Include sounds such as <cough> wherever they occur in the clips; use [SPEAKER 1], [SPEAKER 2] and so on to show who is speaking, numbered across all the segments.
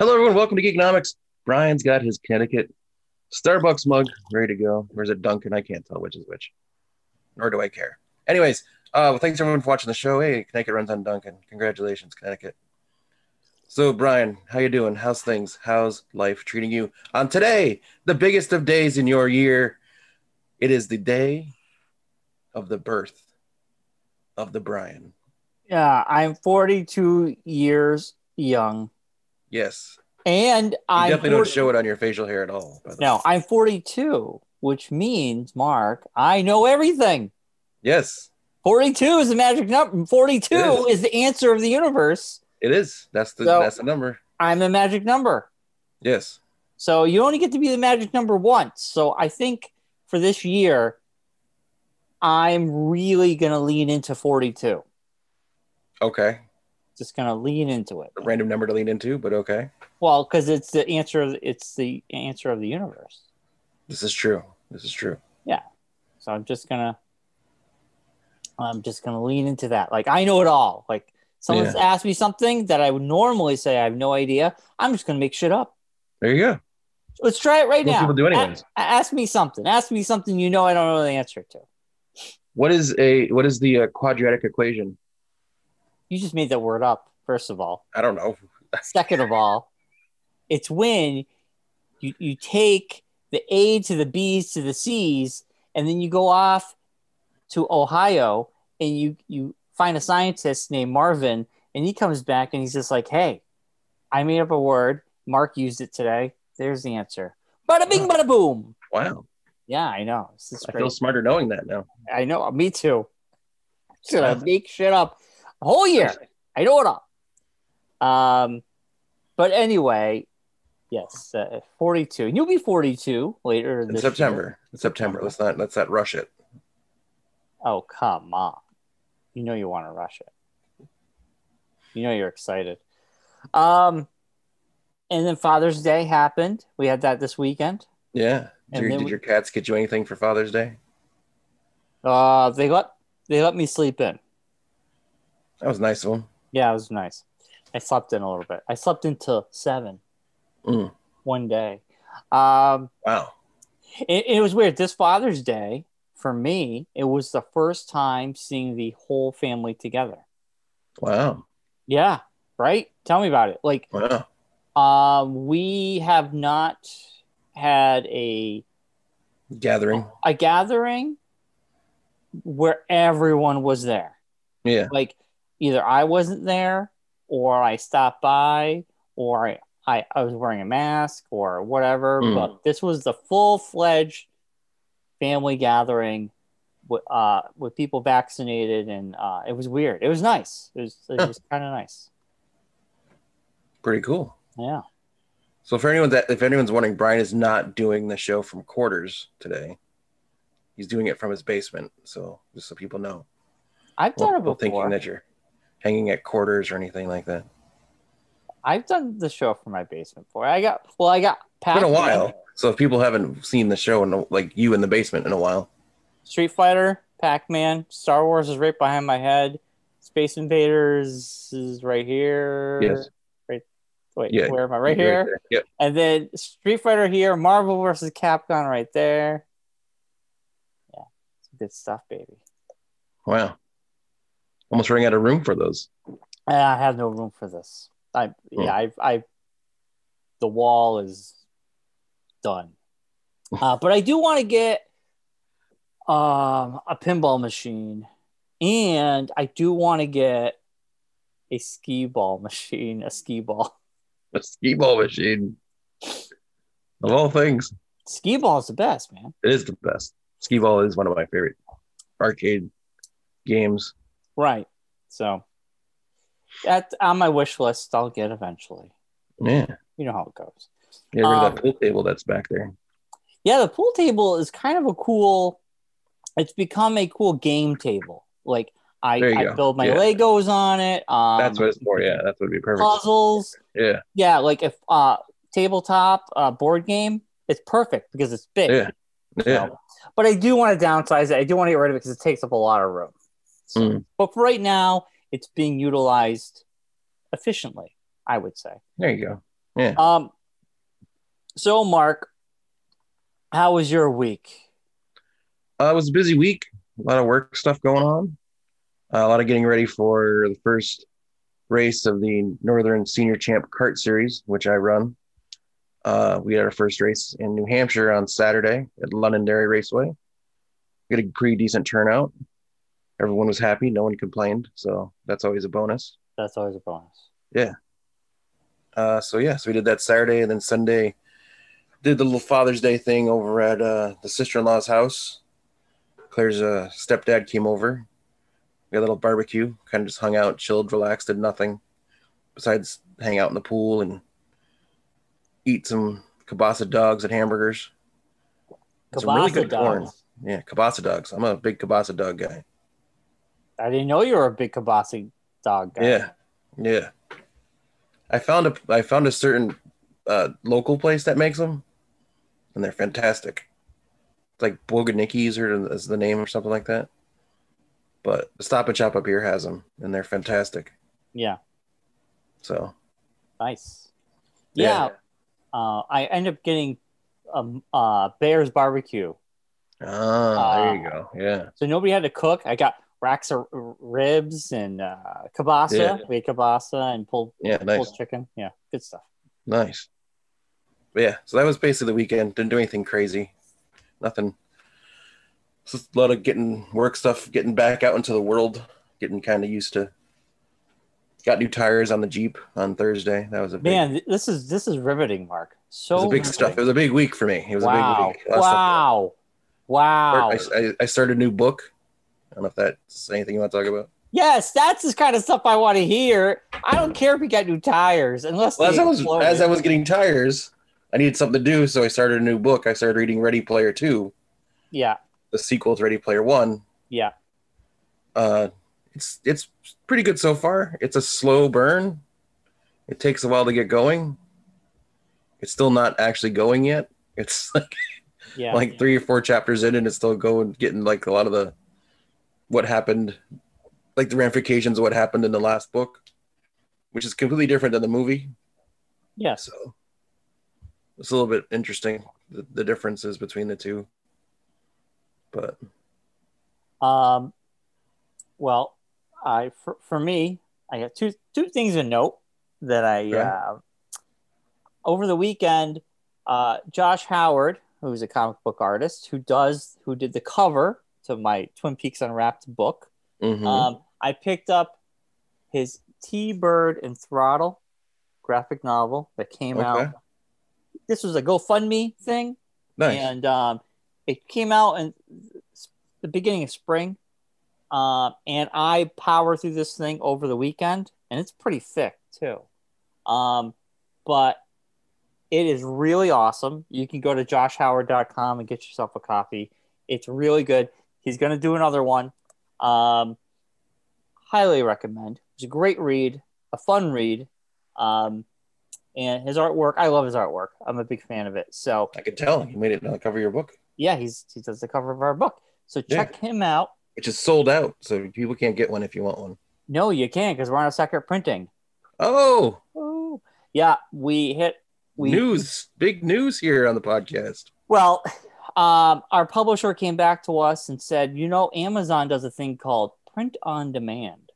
[SPEAKER 1] welcome to Geekonomics. Brian's got his Connecticut Starbucks mug ready to go. Where's a Dunkin'? I can't tell which is which, nor do I care. Anyways, uh, well, thanks everyone for watching the show. Hey, Connecticut runs on Duncan. Congratulations, Connecticut. So, Brian, how you doing? How's things? How's life treating you on today, the biggest of days in your year? It is the day of the birth of the Brian.
[SPEAKER 2] Yeah, I'm 42 years young,
[SPEAKER 1] Yes,
[SPEAKER 2] and
[SPEAKER 1] you
[SPEAKER 2] I
[SPEAKER 1] definitely don't show it on your facial hair at all. By the way.
[SPEAKER 2] No, I'm 42, which means Mark, I know everything.
[SPEAKER 1] Yes,
[SPEAKER 2] 42 is the magic number. 42
[SPEAKER 1] It
[SPEAKER 2] is. the answer of the universe.
[SPEAKER 1] it is. That's the
[SPEAKER 2] So-
[SPEAKER 1] that's the number.
[SPEAKER 2] I'm the magic number.
[SPEAKER 1] Yes.
[SPEAKER 2] So you only get to be the magic number once. So I think for this year, I'm really going to lean into 42.
[SPEAKER 1] Okay.
[SPEAKER 2] Just going to lean into it.
[SPEAKER 1] A random number to lean into, but okay.
[SPEAKER 2] Well, because it's the answer. Of, it's the answer of the universe.
[SPEAKER 1] This is true. This is true.
[SPEAKER 2] So I'm just gonna I'm just gonna lean into that. Like I know it all. Like someone's asked me something that I would normally say I have no idea. I'm just gonna make shit up.
[SPEAKER 1] There you go.
[SPEAKER 2] Let's try it right
[SPEAKER 1] Most
[SPEAKER 2] now.
[SPEAKER 1] people do anyways.
[SPEAKER 2] A- ask me something. Ask me something you know I don't know the answer to.
[SPEAKER 1] What is a what is the uh, quadratic equation?
[SPEAKER 2] You just made that word up, first of all.
[SPEAKER 1] I don't know.
[SPEAKER 2] Second of all, it's when you, you take the A to the B's to the C's, and then you go off to Ohio and you, you find a scientist named Marvin, and he comes back and he's just like, Hey, I made up a word. Mark used it today. There's the answer. Bada bing, bada boom.
[SPEAKER 1] Wow,
[SPEAKER 2] Yeah, I know. This is
[SPEAKER 1] I
[SPEAKER 2] great.
[SPEAKER 1] feel smarter knowing that now.
[SPEAKER 2] I know. Me too. Should I
[SPEAKER 1] Wow.
[SPEAKER 2] make shit up a whole year? I know it all. Um, but anyway, yes, uh, forty-two. And you'll be forty-two later
[SPEAKER 1] In
[SPEAKER 2] this
[SPEAKER 1] September,
[SPEAKER 2] year.
[SPEAKER 1] in September, let's not let's not rush it.
[SPEAKER 2] Oh come on! You know you want to rush it. You know you're excited. Um, and then Father's Day happened. We had that this weekend.
[SPEAKER 1] Yeah. Did,
[SPEAKER 2] And
[SPEAKER 1] your,
[SPEAKER 2] then
[SPEAKER 1] did
[SPEAKER 2] we-
[SPEAKER 1] your cats get you anything for Father's Day?
[SPEAKER 2] Uh, they let they let me sleep in.
[SPEAKER 1] That was nice of them.
[SPEAKER 2] Yeah, it was nice. I slept in a little bit. I slept until seven
[SPEAKER 1] Mm.
[SPEAKER 2] one day. Um,
[SPEAKER 1] Wow.
[SPEAKER 2] it, it was weird. This Father's Day for me, it was the first time seeing the whole family together.
[SPEAKER 1] Wow.
[SPEAKER 2] Yeah, right. Tell me about it. Like,
[SPEAKER 1] Wow.
[SPEAKER 2] um, we have not had a
[SPEAKER 1] Gathering.
[SPEAKER 2] a gathering where everyone was there.
[SPEAKER 1] Yeah.
[SPEAKER 2] like either I wasn't there or I stopped by or I, I, I was wearing a mask or whatever.
[SPEAKER 1] Mm.
[SPEAKER 2] But this was the full fledged family gathering with, uh, with people vaccinated. And uh, it was weird. It was nice. It was, it
[SPEAKER 1] Huh.
[SPEAKER 2] was kind of nice.
[SPEAKER 1] Pretty cool.
[SPEAKER 2] Yeah.
[SPEAKER 1] So for anyone that if anyone's wondering, Brian is not doing the show from quarters today. He's doing it from his basement. So just so people know.
[SPEAKER 2] I've done
[SPEAKER 1] Well,
[SPEAKER 2] it before.
[SPEAKER 1] thinking that you're hanging at quarters or anything like that.
[SPEAKER 2] I've done the show from my basement before. I got, well, I got
[SPEAKER 1] It's
[SPEAKER 2] Pac
[SPEAKER 1] been a while. So if people haven't seen the show and like you in the basement in a while,
[SPEAKER 2] Street Fighter, Pac Man, Star Wars is right behind my head. Space Invaders is right here.
[SPEAKER 1] Yes.
[SPEAKER 2] Right. Wait,
[SPEAKER 1] Yeah,
[SPEAKER 2] where am I? Right
[SPEAKER 1] You're
[SPEAKER 2] here.
[SPEAKER 1] there. Yep.
[SPEAKER 2] And then Street Fighter here, Marvel versus Capcom right there. Yeah. Some good stuff, baby.
[SPEAKER 1] Wow. Almost running out of room for those. <laughs>
[SPEAKER 2] And I have no room for this. I
[SPEAKER 1] Hmm.
[SPEAKER 2] yeah, I've I the wall is done. Uh, but I do want to get um a pinball machine and I do want to get a ski ball machine, a ski ball. <laughs>
[SPEAKER 1] A ski ball machine. Of all things,
[SPEAKER 2] Ski ball is the best, man.
[SPEAKER 1] it is the best. Ski ball is one of my favorite arcade games.
[SPEAKER 2] Right. So that's on my wish list I'll get eventually.
[SPEAKER 1] Yeah.
[SPEAKER 2] You know how it goes.
[SPEAKER 1] Get rid of
[SPEAKER 2] Um,
[SPEAKER 1] that pool table that's back there.
[SPEAKER 2] Yeah, the pool table is kind of a cool. It's become a cool game table. Like I,
[SPEAKER 1] There you
[SPEAKER 2] I
[SPEAKER 1] go.
[SPEAKER 2] build my
[SPEAKER 1] Yeah.
[SPEAKER 2] Legos on it. Um,
[SPEAKER 1] That's what it's for. Yeah, that's what would be perfect.
[SPEAKER 2] puzzles.
[SPEAKER 1] Yeah.
[SPEAKER 2] Yeah, like if uh tabletop uh board game, it's perfect because it's big.
[SPEAKER 1] Yeah. Yeah.
[SPEAKER 2] So- But I do want to downsize it. I do want to get rid of it because it takes up a lot of room. So,
[SPEAKER 1] Mm.
[SPEAKER 2] But for right now, it's being utilized efficiently. I would say.
[SPEAKER 1] There you go. Yeah.
[SPEAKER 2] Um. So, Mark, how was your week?
[SPEAKER 1] Uh, it was a busy week. A lot of work stuff going on. Uh, a lot of getting ready for the first race of the Northern Senior Champ Kart Series, which I run. Uh, we had our first race in New Hampshire on Saturday at Londonderry Raceway. We had a pretty decent turnout. Everyone was happy. No one complained. So that's always a bonus.
[SPEAKER 2] That's always a bonus.
[SPEAKER 1] Uh, so yeah, so we did that Saturday and then Sunday did the little Father's Day thing over at uh, the sister-in-law's house. Claire's uh, stepdad came over. We had a little barbecue, kind of just hung out, chilled, relaxed, did nothing besides hang out in the pool and eat some kielbasa dogs and hamburgers. It's a really
[SPEAKER 2] Kielbasa
[SPEAKER 1] good corn.
[SPEAKER 2] dogs.
[SPEAKER 1] Yeah, kielbasa dogs. I'm a big kielbasa dog guy.
[SPEAKER 2] I didn't know you were a big kielbasa dog guy.
[SPEAKER 1] Yeah, yeah. I found a I found a certain uh, local place that makes them, and they're fantastic. It's like Boganicki's or is the name or something like that. But the Stop and Shop up here has them, and they're fantastic.
[SPEAKER 2] Yeah.
[SPEAKER 1] So
[SPEAKER 2] Nice. Yeah.
[SPEAKER 1] Yeah.
[SPEAKER 2] Uh, I end up getting um, uh, Bears barbecue.
[SPEAKER 1] ah, there you go. Yeah,
[SPEAKER 2] So nobody had to cook. I got racks of r- ribs and uh, kielbasa.
[SPEAKER 1] Yeah.
[SPEAKER 2] We had kielbasa and pulled,
[SPEAKER 1] yeah, nice,
[SPEAKER 2] pulled chicken. Yeah, good stuff.
[SPEAKER 1] nice. But yeah, so that was basically the weekend. Didn't do anything crazy, nothing. Just a lot of getting work stuff, getting back out into the world, getting kind of used to. Got new tires on the Jeep on Thursday. That was a big,
[SPEAKER 2] Man, th- this is this is riveting, Mark.
[SPEAKER 1] it
[SPEAKER 2] So
[SPEAKER 1] was a big
[SPEAKER 2] riveting.
[SPEAKER 1] stuff. It was a big week for me. It was a
[SPEAKER 2] wow.
[SPEAKER 1] big week. A lot of stuff.
[SPEAKER 2] wow. Wow.
[SPEAKER 1] I, I- I started a new book. I don't know if that's anything you want to talk about.
[SPEAKER 2] Yes, that's the kind of stuff I want to hear. I don't care if you got new tires, unless
[SPEAKER 1] Well, as
[SPEAKER 2] they
[SPEAKER 1] I was
[SPEAKER 2] exploded.
[SPEAKER 1] as I was getting tires, I needed something to do, so I started a new book. I started reading Ready Player Two,
[SPEAKER 2] yeah,
[SPEAKER 1] the sequel to Ready Player One.
[SPEAKER 2] yeah.
[SPEAKER 1] Uh, it's it's pretty good so far. It's a slow burn. It takes a while to get going. It's still not actually going yet. It's <laughs> like
[SPEAKER 2] Yeah.
[SPEAKER 1] like three or four chapters in and it's still going getting like a lot of the what happened like the ramifications of what happened in the last book which is completely different than the movie
[SPEAKER 2] yes.
[SPEAKER 1] so it's a little bit interesting the, the differences between the two but
[SPEAKER 2] Um, well, I for, for me, I got two two things to note that I
[SPEAKER 1] Okay.
[SPEAKER 2] uh, over the weekend. Uh, Josh Howard, who's a comic book artist, who does who did the cover to my Twin Peaks Unwrapped book.
[SPEAKER 1] mhm.
[SPEAKER 2] Um, I picked up his T Bird and Throttle graphic novel that came
[SPEAKER 1] Okay.
[SPEAKER 2] out. This was a GoFundMe thing,
[SPEAKER 1] nice
[SPEAKER 2] and um, it came out in s- the beginning of spring. Um, and I power through this thing over the weekend, and it's pretty thick too. Um, but it is really awesome. You can go to joshhoward.com and get yourself a copy. It's really good. He's going to do another one. Um, highly recommend. It's a great read, a fun read. Um, and his artwork, I love his artwork. I'm a big fan of it. So,
[SPEAKER 1] i could tell you made it on the cover of your book
[SPEAKER 2] yeah, he's he does the cover of our book. So
[SPEAKER 1] Yeah.
[SPEAKER 2] check him out.
[SPEAKER 1] which is sold out so people can't get one if you want one.
[SPEAKER 2] No, you can't because we're on a second printing.
[SPEAKER 1] Oh,
[SPEAKER 2] Ooh. Yeah, we hit we
[SPEAKER 1] news big news here on the podcast
[SPEAKER 2] well, <laughs> um, our publisher came back to us and said, you know, Amazon does a thing called print on demand.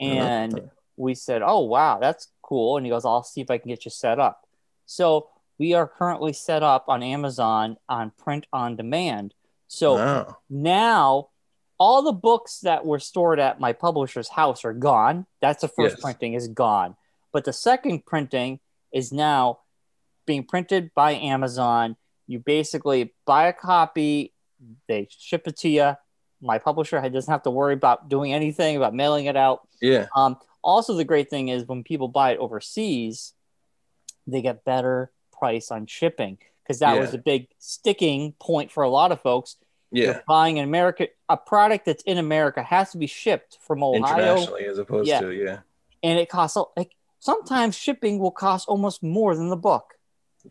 [SPEAKER 2] And we said, Oh wow, that's cool. And he goes, I'll see if I can get you set up. So we are currently set up on Amazon on print on demand. So
[SPEAKER 1] wow.
[SPEAKER 2] now all the books that were stored at my publisher's house are gone. That's the first
[SPEAKER 1] Yes.
[SPEAKER 2] printing is gone. But the second printing is now being printed by Amazon. You basically buy a copy, they ship it to you. My publisher doesn't have to worry about doing anything about mailing it out.
[SPEAKER 1] yeah
[SPEAKER 2] Um, also, the great thing is when people buy it overseas, they get better price on shipping because that
[SPEAKER 1] Yeah.
[SPEAKER 2] was a big sticking point for a lot of folks. You're
[SPEAKER 1] yeah
[SPEAKER 2] buying an American a product that's in America has to be shipped from Ohio,
[SPEAKER 1] internationally as opposed
[SPEAKER 2] Yeah.
[SPEAKER 1] to yeah
[SPEAKER 2] and it costs a- like sometimes shipping will cost almost more than the book.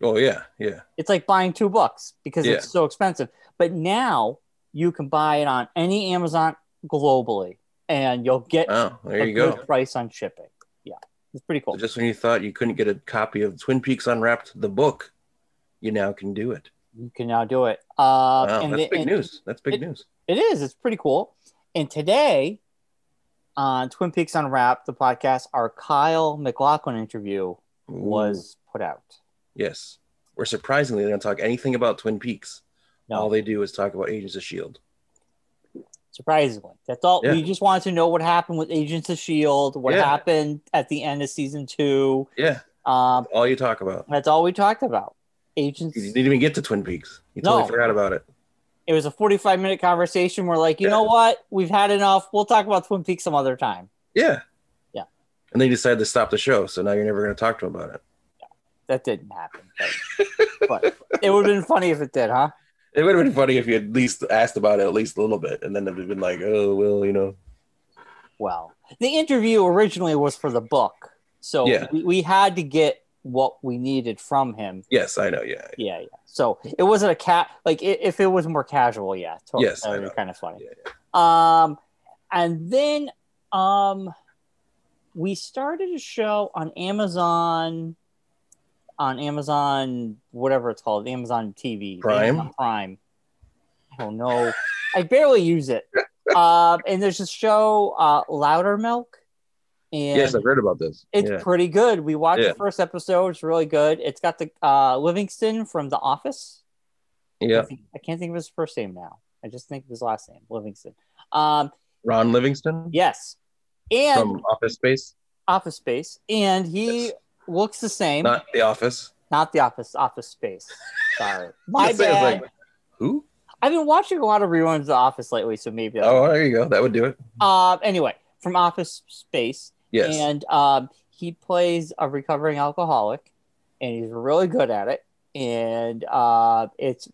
[SPEAKER 1] oh yeah yeah
[SPEAKER 2] It's like buying two books because
[SPEAKER 1] Yeah.
[SPEAKER 2] it's so expensive. But now you can buy it on any Amazon globally, and you'll get
[SPEAKER 1] wow there
[SPEAKER 2] a
[SPEAKER 1] you
[SPEAKER 2] good
[SPEAKER 1] go
[SPEAKER 2] price on shipping. Yeah, It's pretty cool.
[SPEAKER 1] Just when you thought you couldn't get a copy of Twin Peaks Unwrapped, the book, you now can do it.
[SPEAKER 2] You can now do it. Uh,
[SPEAKER 1] wow,
[SPEAKER 2] and
[SPEAKER 1] that's
[SPEAKER 2] the-
[SPEAKER 1] big
[SPEAKER 2] and-
[SPEAKER 1] news. That's big
[SPEAKER 2] it-
[SPEAKER 1] news.
[SPEAKER 2] It is. It's pretty cool. And today on Twin Peaks Unwrapped, the podcast, our Kyle McLaughlin interview was put out.
[SPEAKER 1] Ooh, yes. Where surprisingly, they don't talk anything about Twin Peaks.
[SPEAKER 2] No,
[SPEAKER 1] All they do is talk about Agents of Shield.
[SPEAKER 2] surprisingly, that's all.
[SPEAKER 1] Yeah.
[SPEAKER 2] We just wanted to know what happened with Agents of Shield, E what
[SPEAKER 1] Yeah.
[SPEAKER 2] happened at the end of season two.
[SPEAKER 1] Yeah,
[SPEAKER 2] Um,
[SPEAKER 1] all you talk about.
[SPEAKER 2] that's all we talked about. Agents.
[SPEAKER 1] You didn't even get to Twin Peaks. You
[SPEAKER 2] No.
[SPEAKER 1] totally forgot about it.
[SPEAKER 2] It was a forty-five minute conversation. We're like, you
[SPEAKER 1] Yeah.
[SPEAKER 2] know what? We've had enough. We'll talk about Twin Peaks some other time.
[SPEAKER 1] Yeah.
[SPEAKER 2] Yeah.
[SPEAKER 1] And they decided to stop the show, so now you're never going to talk to them about it.
[SPEAKER 2] That didn't happen.
[SPEAKER 1] <laughs>
[SPEAKER 2] But, but it would have been funny if it did, huh?
[SPEAKER 1] It would have been funny if you at least asked about it at least a little bit, and then they'd have been like, "Oh, well, you know."
[SPEAKER 2] well the interview originally was for the book so
[SPEAKER 1] Yeah.
[SPEAKER 2] we, we had to get what we needed from him
[SPEAKER 1] Yes, I know. Yeah,
[SPEAKER 2] yeah yeah so it wasn't a cat like i if it was more casual yeah totally
[SPEAKER 1] Yes,
[SPEAKER 2] that
[SPEAKER 1] I
[SPEAKER 2] would be
[SPEAKER 1] know.
[SPEAKER 2] kind of funny
[SPEAKER 1] Yeah,
[SPEAKER 2] um and then um we started a show on amazon on amazon whatever it's called amazon tv
[SPEAKER 1] Prime?
[SPEAKER 2] Amazon prime i don't know i barely use
[SPEAKER 1] <laughs>
[SPEAKER 2] it uh, and there's a show uh louder milk and
[SPEAKER 1] yes, I've heard about this.
[SPEAKER 2] it's
[SPEAKER 1] yeah.
[SPEAKER 2] pretty good we watched
[SPEAKER 1] Yeah.
[SPEAKER 2] the first episode it's really good it's got the uh livingston from the office I,
[SPEAKER 1] yeah,
[SPEAKER 2] think- I can't think of his first name now i just think of his last name livingston um
[SPEAKER 1] Ron Livingston
[SPEAKER 2] Yes. And
[SPEAKER 1] from Office Space,
[SPEAKER 2] Office Space. And he
[SPEAKER 1] Yes.
[SPEAKER 2] looks the same. Not,
[SPEAKER 1] not The Office.
[SPEAKER 2] the Office, Office Space. Sorry. My
[SPEAKER 1] <laughs> Yes, I was
[SPEAKER 2] bad.
[SPEAKER 1] like, Who?
[SPEAKER 2] I've been watching a lot of reruns of The Office lately, so maybe. that's-
[SPEAKER 1] Oh, there you go. That would do it.
[SPEAKER 2] Uh, anyway, from Office Space.
[SPEAKER 1] Yes.
[SPEAKER 2] And um, he plays a recovering alcoholic, and he's really good at it. And uh, it's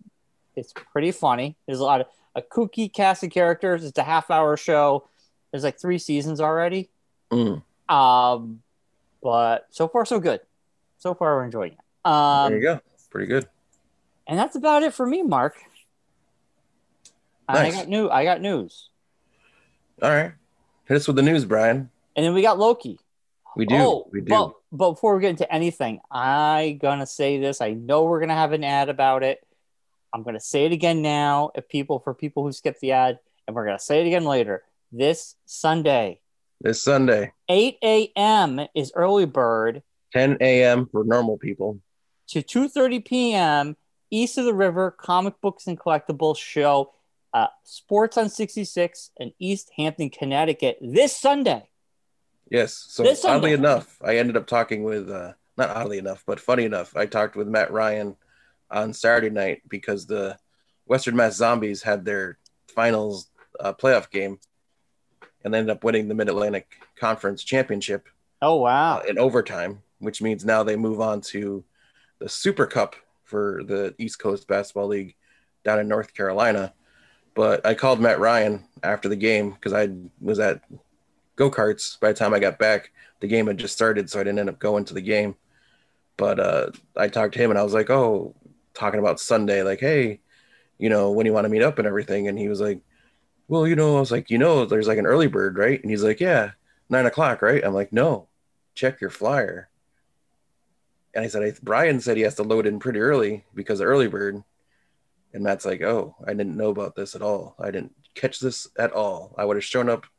[SPEAKER 2] it's pretty funny. There's a lot of a kooky cast of characters. It's a half hour show. There's like three seasons already.
[SPEAKER 1] Mm,
[SPEAKER 2] Um, but so far, so good. So far, we're enjoying it.
[SPEAKER 1] there you
[SPEAKER 2] Um,
[SPEAKER 1] go. Pretty good.
[SPEAKER 2] and that's about it for me, Mark. And
[SPEAKER 1] Nice.
[SPEAKER 2] I got new. I got news,
[SPEAKER 1] All right. Hit us with the news, Brian.
[SPEAKER 2] and then we got Loki.
[SPEAKER 1] We do.
[SPEAKER 2] Oh,
[SPEAKER 1] we do.
[SPEAKER 2] But, but before we get into anything, I gonna say this. I know we're gonna have an ad about it. I'm gonna say it again now. If people for people who skipped the ad, and we're gonna say it again later. This Sunday,
[SPEAKER 1] This Sunday,
[SPEAKER 2] 8 a.m. is early bird.
[SPEAKER 1] 10 a.m. for normal people.
[SPEAKER 2] to 2.30 p.m east of the river comic books and collectibles show uh, sports on 66 in east hampton connecticut this sunday
[SPEAKER 1] Yes. So
[SPEAKER 2] This Sunday.
[SPEAKER 1] oddly enough, I ended up talking with uh, not oddly enough, but funny enough, I talked with Matt Ryan on Saturday night because the Western Mass Zombies had their finals uh, playoff game and they ended up winning the Mid Atlantic Conference Championship
[SPEAKER 2] oh wow
[SPEAKER 1] uh, in overtime, which means now they move on to the Super Cup for the East Coast Basketball League down in North Carolina. But I called Matt Ryan after the game because I was at go karts by the time I got back. The game had just started, so I didn't end up going to the game. But uh, I talked to him and I was like, oh, talking about Sunday, like, hey, you know, when you want to meet up and everything. And he was like, well, you know, I was like, you know, there's like an early bird, right? And he's like, yeah, nine o'clock, right? I'm like, no, check your flyer. And I said, I, Brian said he has to load in pretty early because of early bird. And Matt's like, oh, I didn't know about this at all. I didn't catch this at all. I would have shown up <laughs>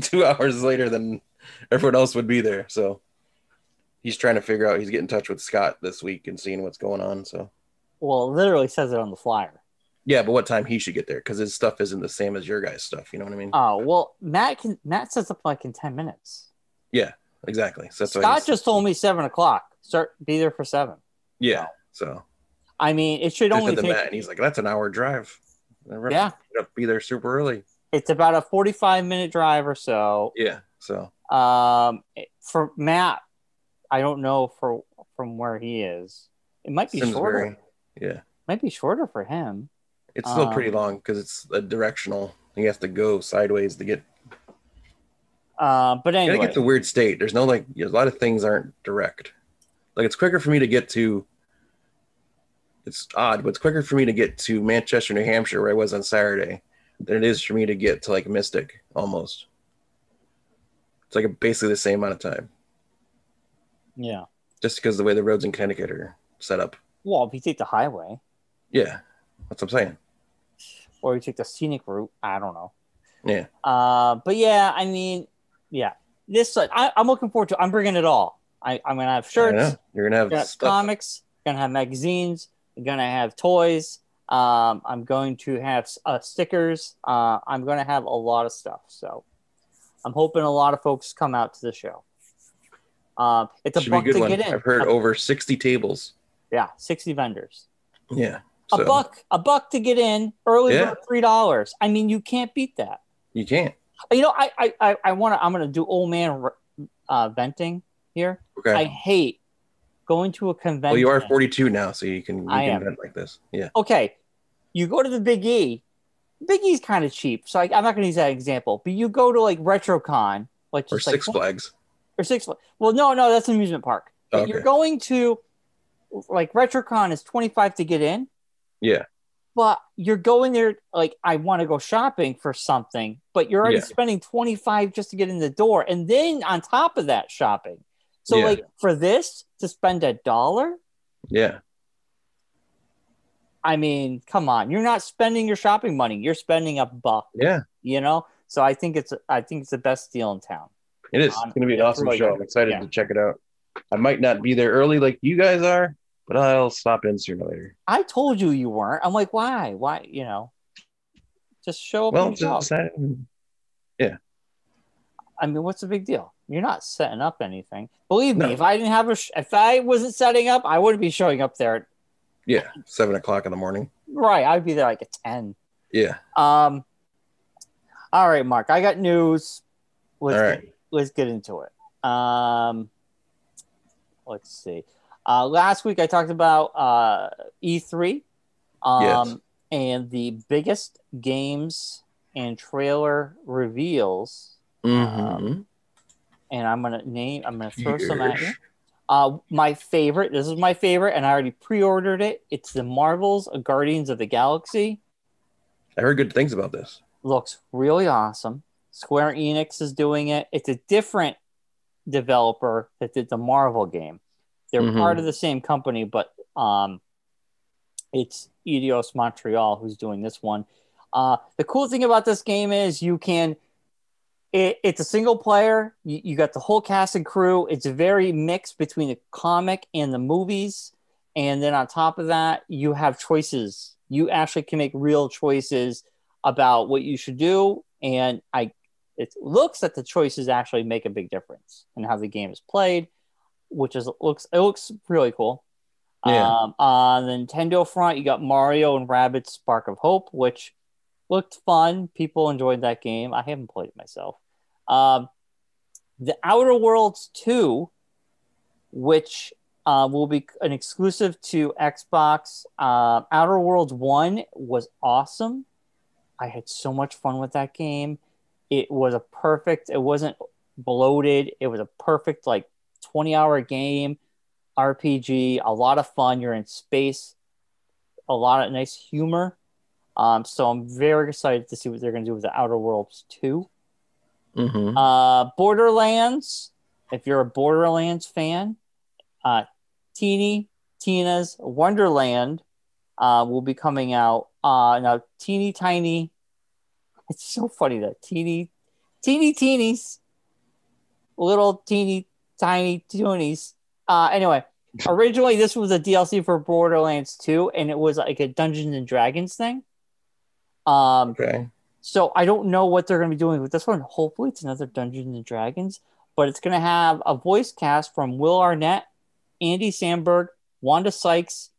[SPEAKER 1] two hours later than everyone else would be there. So he's trying to figure out, he's getting in touch with Scott this week and seeing what's going on. So,
[SPEAKER 2] well it literally says it on the flyer
[SPEAKER 1] yeah, but what time he should get there because his stuff isn't the same as your guys' stuff. You know what I mean?
[SPEAKER 2] oh well matt can matt sets up like in 10 minutes
[SPEAKER 1] exactly. So that's why
[SPEAKER 2] scott
[SPEAKER 1] he's-
[SPEAKER 2] just told me 7 o'clock start be there for 7
[SPEAKER 1] yeah. So
[SPEAKER 2] i mean it should
[SPEAKER 1] I
[SPEAKER 2] only
[SPEAKER 1] said to
[SPEAKER 2] take
[SPEAKER 1] Matt, and he's like, that's an hour drive. Never-
[SPEAKER 2] yeah
[SPEAKER 1] gotta be there super early.
[SPEAKER 2] it's about a 45 minute drive or so
[SPEAKER 1] Yeah. So
[SPEAKER 2] Um, for Matt, I don't know for from where he is. It might be shorter.
[SPEAKER 1] Simsbury. Yeah.
[SPEAKER 2] might be shorter for him.
[SPEAKER 1] It's still
[SPEAKER 2] Um,
[SPEAKER 1] pretty long because it's a directional. You have to go sideways to get.
[SPEAKER 2] Uh, but
[SPEAKER 1] You
[SPEAKER 2] anyway,
[SPEAKER 1] gotta get to weird state. There's no like. A lot of things aren't direct. Like it's quicker for me to get to. It's odd, but it's quicker for me to get to Manchester, New Hampshire, where I was on Saturday, than it is for me to get to like Mystic almost. It's like basically the same amount of time,
[SPEAKER 2] Yeah.
[SPEAKER 1] just because the way the roads in Connecticut are set up.
[SPEAKER 2] Well, if you take the highway
[SPEAKER 1] Yeah, that's what I'm saying.
[SPEAKER 2] or you take the scenic route, I don't know.
[SPEAKER 1] Yeah.
[SPEAKER 2] Uh, but yeah, I mean, yeah, this I, I'm looking forward to. I'm bringing it all. I, I'm gonna have
[SPEAKER 1] I
[SPEAKER 2] shirts.
[SPEAKER 1] know. You're gonna have
[SPEAKER 2] got
[SPEAKER 1] stuff.
[SPEAKER 2] comics, gonna have magazines, gonna have toys. Um, I'm going to have uh, stickers. Uh, I'm gonna have a lot of stuff. So I'm hoping a lot of folks come out to the show. Um, it's a
[SPEAKER 1] Should be a
[SPEAKER 2] buck
[SPEAKER 1] good
[SPEAKER 2] to
[SPEAKER 1] one.
[SPEAKER 2] get in.
[SPEAKER 1] I've heard
[SPEAKER 2] Uh,
[SPEAKER 1] over 60 tables.
[SPEAKER 2] yeah, sixty vendors.
[SPEAKER 1] Yeah.
[SPEAKER 2] a buck, a buck to get in. Early
[SPEAKER 1] Yeah.
[SPEAKER 2] bird, three dollars. I mean, you can't beat that.
[SPEAKER 1] You can't.
[SPEAKER 2] You know, I I I, I want to. I'm gonna do old man uh, venting here.
[SPEAKER 1] Okay.
[SPEAKER 2] I hate going to a convention.
[SPEAKER 1] well, you are 42 now, so you can you
[SPEAKER 2] I
[SPEAKER 1] can
[SPEAKER 2] am.
[SPEAKER 1] vent like this. Yeah.
[SPEAKER 2] okay, you go to the Big E. Big E's kind of cheap, so I, I'm not going to use that example. But you go to like RetroCon, like
[SPEAKER 1] Or
[SPEAKER 2] just like,
[SPEAKER 1] Six Flags.
[SPEAKER 2] or Six Flags. Well, no, no, that's an amusement park. But
[SPEAKER 1] Okay.
[SPEAKER 2] You're going to like RetroCon is 25 to get in.
[SPEAKER 1] Yeah.
[SPEAKER 2] But you're going there like I want to go shopping for something, but you're already
[SPEAKER 1] Yeah.
[SPEAKER 2] spending 25 just to get in the door, and then on top of that shopping. So
[SPEAKER 1] Yeah.
[SPEAKER 2] like for this to spend a dollar,
[SPEAKER 1] Yeah.
[SPEAKER 2] I mean, come on, you're not spending your shopping money. You're spending a buck,
[SPEAKER 1] Yeah.
[SPEAKER 2] you know. So I think it's I think it's the best deal in town.
[SPEAKER 1] It is. It's gonna be an awesome
[SPEAKER 2] Really
[SPEAKER 1] show.
[SPEAKER 2] good.
[SPEAKER 1] I'm excited
[SPEAKER 2] Yeah.
[SPEAKER 1] to check it out. I might not be there early like you guys are, but I'll stop in sooner or later.
[SPEAKER 2] I told you you weren't. I'm like, why? Why? You know, just show up.
[SPEAKER 1] Well,
[SPEAKER 2] and show up.
[SPEAKER 1] just decided-
[SPEAKER 2] I mean, what's the big deal? You're not setting up anything. Believe me,
[SPEAKER 1] No.
[SPEAKER 2] if I didn't have a, sh- if I wasn't setting up, I wouldn't be showing up there.
[SPEAKER 1] yeah, seven o'clock in the morning.
[SPEAKER 2] Right, I'd be there like at ten.
[SPEAKER 1] Yeah.
[SPEAKER 2] Um. All right, Mark, I got news. Let's
[SPEAKER 1] All
[SPEAKER 2] get
[SPEAKER 1] right.
[SPEAKER 2] let's get into it. Um, let's see. Uh, last week I talked about uh, E3 um,
[SPEAKER 1] Yes.
[SPEAKER 2] and the biggest games and trailer reveals. Mm-hmm.
[SPEAKER 1] Mhm.
[SPEAKER 2] And I'm gonna name. I'm gonna throw some at you.
[SPEAKER 1] Yes.
[SPEAKER 2] Uh, my favorite. This is my favorite, and I already pre-ordered it. It's the Marvels Guardians of the Galaxy.
[SPEAKER 1] I heard good things about this.
[SPEAKER 2] looks really awesome. Square Enix is doing it. It's a different developer that did the Marvel game. They're
[SPEAKER 1] Mhm.
[SPEAKER 2] part of the same company, but um, it's Eidos Montreal who's doing this one. Uh, the cool thing about this game is you can. It, it's a single player. You, you got the whole cast and crew. It's very mixed between the comic and the movies. And then on top of that, you have choices. You actually can make real choices about what you should do. And I, it looks that the choices actually make a big difference in how the game is played, which is looks it looks really cool.
[SPEAKER 1] Yeah.
[SPEAKER 2] Um, on the Nintendo front, you got Mario and Rabbit Spark of Hope, which looked fun. People enjoyed that game. I haven't played it myself. Um, the Outer Worlds 2, which uh, will be an exclusive to Xbox. Uh, Outer Worlds 1 was awesome. I had so much fun with that game. It was a perfect, it wasn't bloated. It was a perfect, like, 20 hour game, RPG, a lot of fun. You're in space, a lot of nice humor. Um, so I'm very excited to see what they're going to do with the Outer Worlds 2.
[SPEAKER 1] Mhm.
[SPEAKER 2] Uh, Borderlands. If you're a Borderlands fan, uh, Teeny Tina's Wonderland uh, will be coming out. Uh, now, Teeny Tiny. It's so funny that Teeny, Teeny Teenies, little teeny tiny toonies. Uh, anyway, originally this was a DLC for Borderlands 2, and it was like a Dungeons and Dragons thing. Um,
[SPEAKER 1] Okay.
[SPEAKER 2] so I don't know what they're going to be doing with this one. Hopefully, it's another Dungeons and Dragons, but it's going to have a voice cast from Will Arnett, Andy Samberg, Wanda Sykes,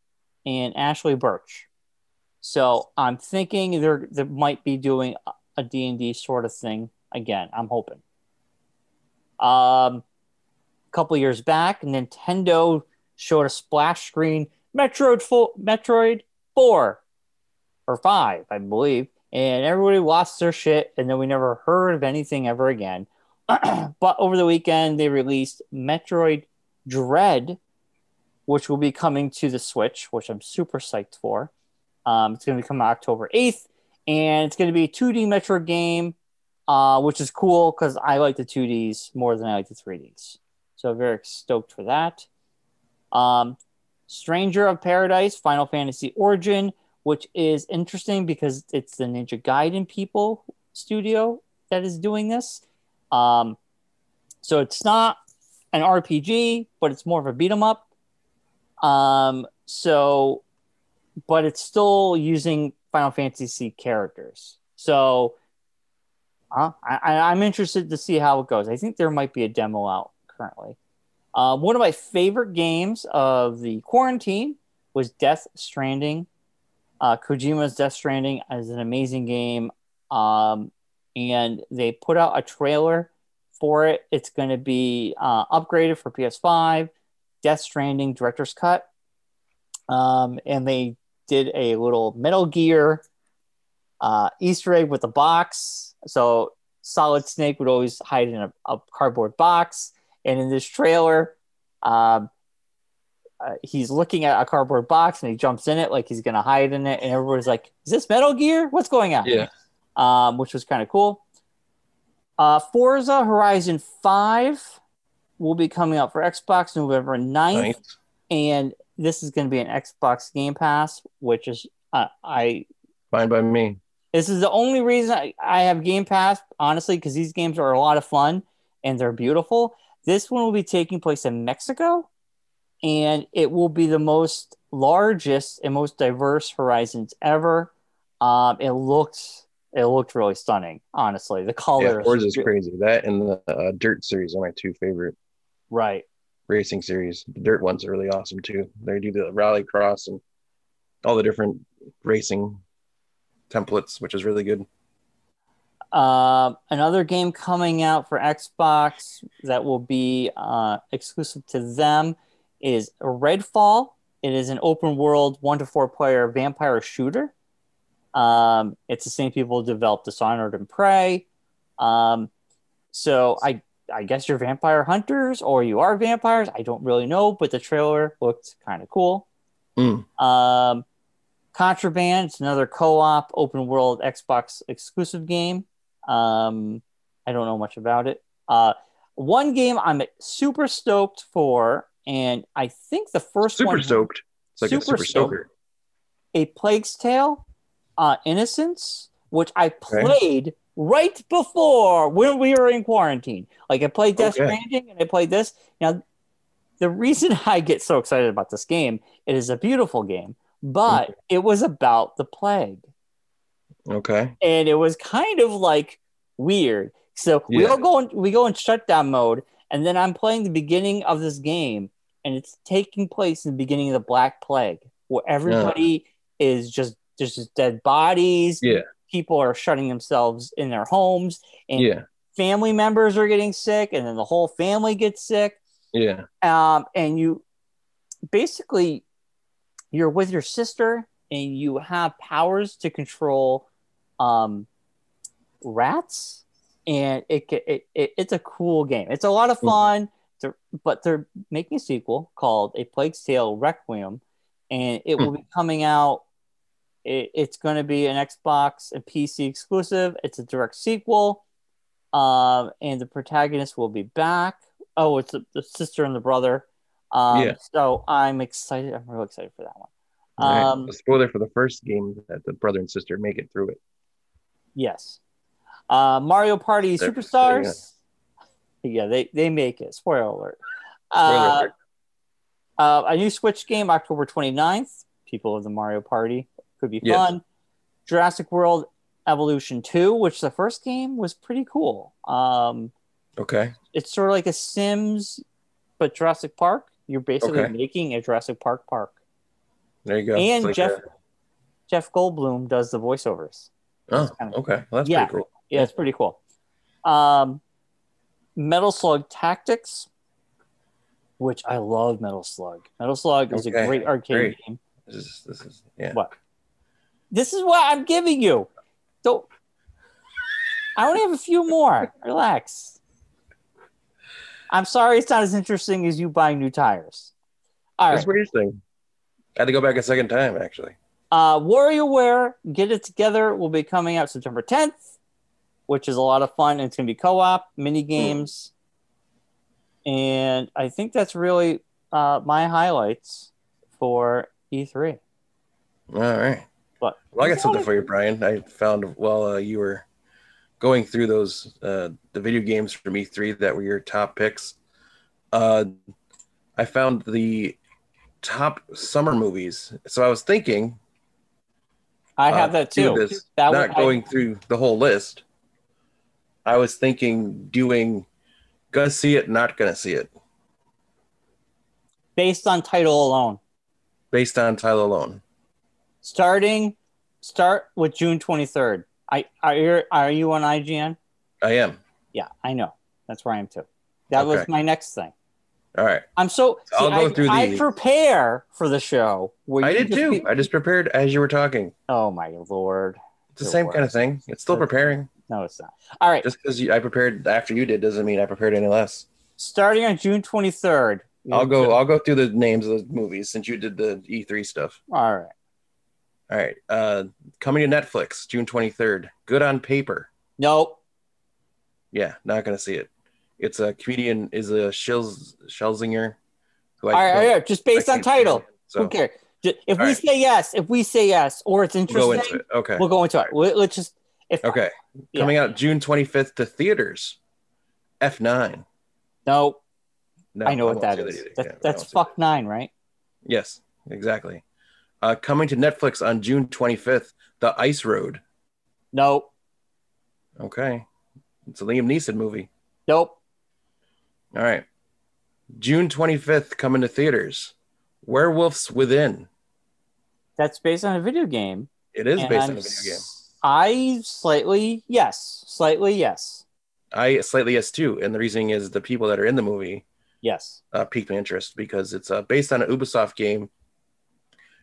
[SPEAKER 2] and Ashley Birch. So I'm thinking they're they might be doing a D and D sort of thing again. I'm hoping. Um, a couple years back, Nintendo showed a splash screen Metroid Fo- Metroid Four or five, I believe, and everybody lost their shit, and then we never heard of anything ever again. <clears throat> but over the weekend, they released Metroid Dread, which will be coming to the Switch, which I'm super psyched for. Um, it's going to be coming October 8th, and it's going to be a 2D Metroid game uh, which is cool because I like the 2Ds more than I like the 3Ds. So very stoked for that. Um, Stranger of Paradise, Final Fantasy Origin, which is interesting because it's the Ninja Gaiden people studio that is doing this. Um, so it's not an RPG, but it's more of a beat 'em up. Um, so, but it's still using Final Fantasy characters. So, uh, I, I'm interested to see how it goes. I think there might be a demo out currently. Uh, one of my favorite games of the quarantine was Death Stranding. Uh, Kojima's Death Stranding is an amazing game. Um, and they put out a trailer for it. It's going to be uh, upgraded for PS5, Death Stranding Director's Cut. Um, and they did a little Metal Gear uh, Easter egg with a box. So Solid Snake would always hide in a, a cardboard box. And in this trailer, um, uh, he's looking at a cardboard box and he jumps in it like he's going to hide in it. And everybody's like, is this Metal Gear? What's going on?
[SPEAKER 1] Yeah.
[SPEAKER 2] Um, which was kind of cool. Uh, Forza Horizon 5 will be coming out for Xbox November 9th.
[SPEAKER 1] Ninth.
[SPEAKER 2] And this is going to be an Xbox Game Pass, which is, uh, I
[SPEAKER 1] Fine by me.
[SPEAKER 2] this is the only reason I, I have Game Pass, honestly, because these games are a lot of fun and they're beautiful. This one will be taking place in Mexico, and it will be the most largest and most diverse Horizons ever. Um, it looked it looked really stunning, honestly. The
[SPEAKER 1] Yeah,
[SPEAKER 2] colors,
[SPEAKER 1] Forza is crazy. That and the uh, Dirt series are my two favorite
[SPEAKER 2] right?
[SPEAKER 1] racing series. The Dirt ones are really awesome too. They do the rally cross and all the different racing templates, which is really good.
[SPEAKER 2] Um, another game coming out for Xbox that will be uh, exclusive to them is Redfall. It is an open world one to four player vampire shooter. Um, it's the same people who developed Dishonored and Prey. Um, so I I guess you're vampire hunters or you are vampires. I don't really know, but the trailer looked kind of cool.
[SPEAKER 1] Mm.
[SPEAKER 2] Um, Contraband, it's another co-op open world Xbox exclusive game. Um, I don't know much about it. Uh, one game I'm super stoked for, and I think the first
[SPEAKER 1] Super
[SPEAKER 2] one
[SPEAKER 1] stoked. It's like a
[SPEAKER 2] Super
[SPEAKER 1] super
[SPEAKER 2] stoked.
[SPEAKER 1] stoker.
[SPEAKER 2] a Plague's Tale, uh, Innocence, which I played right before when we were in quarantine. Like I played Death
[SPEAKER 1] Okay.
[SPEAKER 2] Stranding and I played this. Now, the reason <laughs> I get so excited about this game, it is a beautiful game, but
[SPEAKER 1] Mm-hmm.
[SPEAKER 2] it was about the plague
[SPEAKER 1] Okay.
[SPEAKER 2] and it was kind of like weird. So we
[SPEAKER 1] Yeah.
[SPEAKER 2] all go in, we go in shutdown mode, and then I'm playing the beginning of this game, and it's taking place in the beginning of the Black Plague, where everybody is just there's just dead bodies.
[SPEAKER 1] Ah. Yeah.
[SPEAKER 2] people are shutting themselves in their homes, and
[SPEAKER 1] Yeah.
[SPEAKER 2] family members are getting sick, and then the whole family gets sick
[SPEAKER 1] Yeah.
[SPEAKER 2] um, and you basically you're with your sister and you have powers to control um, rats and it, ca- it, it it's a cool game it's a lot of
[SPEAKER 1] Mhm.
[SPEAKER 2] fun They're- but they're making a sequel called a plague's tale requiem and it will be coming out it, it's going to be an xbox and pc exclusive it's a direct sequel um, and the protagonist will be back oh, it's the, the sister and the brother. Um,
[SPEAKER 1] Yeah.
[SPEAKER 2] So I'm excited. I'm real excited for that one.
[SPEAKER 1] All right.
[SPEAKER 2] Um,
[SPEAKER 1] A spoiler for the first game that the brother and sister make it through it.
[SPEAKER 2] Yes. Uh, Mario Party
[SPEAKER 1] They're-
[SPEAKER 2] Superstars. Yeah, they, they make it. Spoiler alert.
[SPEAKER 1] Spoiler
[SPEAKER 2] Uh,
[SPEAKER 1] alert.
[SPEAKER 2] uh, a new Switch game, October 29th. People of the Mario Party could be
[SPEAKER 1] Yes.
[SPEAKER 2] fun. Jurassic World Evolution 2, which the first game was pretty cool. Um,
[SPEAKER 1] Okay.
[SPEAKER 2] it's sort of like a Sims, but Jurassic Park. You're basically
[SPEAKER 1] Okay.
[SPEAKER 2] making a Jurassic Park park.
[SPEAKER 1] There you go.
[SPEAKER 2] And
[SPEAKER 1] It's like
[SPEAKER 2] Jeff-
[SPEAKER 1] a-
[SPEAKER 2] Jeff Goldblum does the voiceovers.
[SPEAKER 1] oh,
[SPEAKER 2] kinda-
[SPEAKER 1] okay. Well, that's
[SPEAKER 2] Yeah.
[SPEAKER 1] pretty cool.
[SPEAKER 2] Yeah, it's pretty cool. Um, Metal Slug Tactics, which I love. Metal Slug. Metal Slug is
[SPEAKER 1] Okay,
[SPEAKER 2] a great arcade
[SPEAKER 1] great.
[SPEAKER 2] game.
[SPEAKER 1] This is this is yeah.
[SPEAKER 2] What? This is what I'm giving you. Don't. I only have a few more. Relax. I'm sorry, it's not as interesting as you buying new tires. All right.
[SPEAKER 1] That's weird thing. I had to go back a second time actually.
[SPEAKER 2] Uh, WarioWare Get It Together will be coming out September 10th. which is a lot of fun. And it's going to be co-op
[SPEAKER 1] Hmm.
[SPEAKER 2] mini games, and I think that's really uh, my highlights for E E3.
[SPEAKER 1] All right.
[SPEAKER 2] But-
[SPEAKER 1] well, I got something for you, Brian. I found while uh, you were going through those uh, the video games from E3 that were your top picks, uh, I found the top summer movies. So I was thinking,
[SPEAKER 2] I
[SPEAKER 1] Uh,
[SPEAKER 2] have that
[SPEAKER 1] do
[SPEAKER 2] too.
[SPEAKER 1] this,
[SPEAKER 2] that
[SPEAKER 1] not
[SPEAKER 2] was- I-
[SPEAKER 1] going through the whole list. I was thinking doing gonna see it, not gonna see it,
[SPEAKER 2] based on title alone.
[SPEAKER 1] based on title alone.
[SPEAKER 2] Starting start with June 23rd. I are you are you on IGN?
[SPEAKER 1] I am.
[SPEAKER 2] Yeah, I know. That's where I am too. That was
[SPEAKER 1] Okay.
[SPEAKER 2] my next thing.
[SPEAKER 1] All right.
[SPEAKER 2] I'm so
[SPEAKER 1] I'll
[SPEAKER 2] see,
[SPEAKER 1] go
[SPEAKER 2] I,
[SPEAKER 1] through
[SPEAKER 2] I
[SPEAKER 1] these.
[SPEAKER 2] prepare for the show. Where
[SPEAKER 1] I
[SPEAKER 2] you
[SPEAKER 1] did
[SPEAKER 2] just
[SPEAKER 1] too.
[SPEAKER 2] be-
[SPEAKER 1] I just prepared as you were talking.
[SPEAKER 2] oh my lord.
[SPEAKER 1] It's the
[SPEAKER 2] Good
[SPEAKER 1] same
[SPEAKER 2] work.
[SPEAKER 1] kind of thing. It's still
[SPEAKER 2] Good.
[SPEAKER 1] preparing.
[SPEAKER 2] No, it's not. All right.
[SPEAKER 1] Just because I prepared after you did doesn't mean I prepared any less.
[SPEAKER 2] starting on June 23rd.
[SPEAKER 1] I'll go. I'll go through the names of the movies since you did the E3 stuff.
[SPEAKER 2] All right.
[SPEAKER 1] All right. Uh, coming to Netflix, June 23rd. Good on paper.
[SPEAKER 2] Nope.
[SPEAKER 1] Yeah, not gonna see it. It's a comedian is a Shils Shelzinger. Who
[SPEAKER 2] All right, all right. Just based on title.
[SPEAKER 1] So
[SPEAKER 2] Who cares? Ju- If
[SPEAKER 1] All
[SPEAKER 2] we
[SPEAKER 1] right.
[SPEAKER 2] say yes, if we say yes, or it's
[SPEAKER 1] we'll go
[SPEAKER 2] interesting,
[SPEAKER 1] into it. Okay.
[SPEAKER 2] we'll go into it. We'll, let's just if
[SPEAKER 1] Okay.
[SPEAKER 2] Yeah.
[SPEAKER 1] Coming out June 25th to theaters. F9.
[SPEAKER 2] no,
[SPEAKER 1] No,
[SPEAKER 2] I know
[SPEAKER 1] won't
[SPEAKER 2] what that
[SPEAKER 1] see
[SPEAKER 2] is.
[SPEAKER 1] either.
[SPEAKER 2] That,
[SPEAKER 1] Yeah, I
[SPEAKER 2] that's
[SPEAKER 1] won't see that.
[SPEAKER 2] fuck nine, right?
[SPEAKER 1] Yes, exactly. Uh, coming to Netflix on June 25th, The Ice Road.
[SPEAKER 2] Nope.
[SPEAKER 1] Okay. It's a Liam Neeson movie.
[SPEAKER 2] Nope.
[SPEAKER 1] All right. June 25th, coming to theaters, Werewolves Within.
[SPEAKER 2] That's based on a video game.
[SPEAKER 1] It is
[SPEAKER 2] and
[SPEAKER 1] based on a video game.
[SPEAKER 2] I slightly yes, slightly yes,
[SPEAKER 1] I slightly yes too, and the reasoning is the people that are in the movie
[SPEAKER 2] yes.
[SPEAKER 1] uh, piqued my interest because it's uh, based on an Ubisoft game,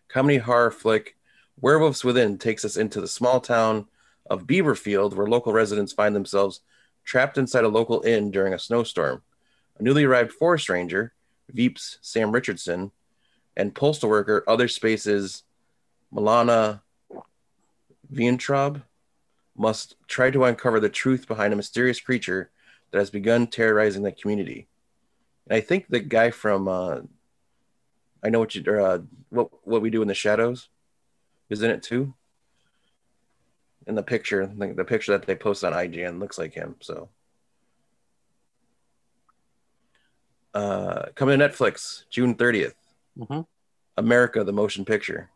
[SPEAKER 1] comedy horror flick. Werewolves Within takes us into the small town of Beaverfield, where local residents find themselves trapped inside a local inn during a snowstorm. A newly arrived forest ranger, Veeps Sam Richardson, and postal worker Other Spaces Milana Vientraub must try to uncover the truth behind a mysterious creature that has begun terrorizing the community. And I think the guy from uh, I know what you or, uh, what what we do in the shadows is in it too. In the picture, the, the picture that they post on IGN looks like him. So, uh, coming to Netflix June thirtieth,
[SPEAKER 2] Mhm.
[SPEAKER 1] America the Motion Picture.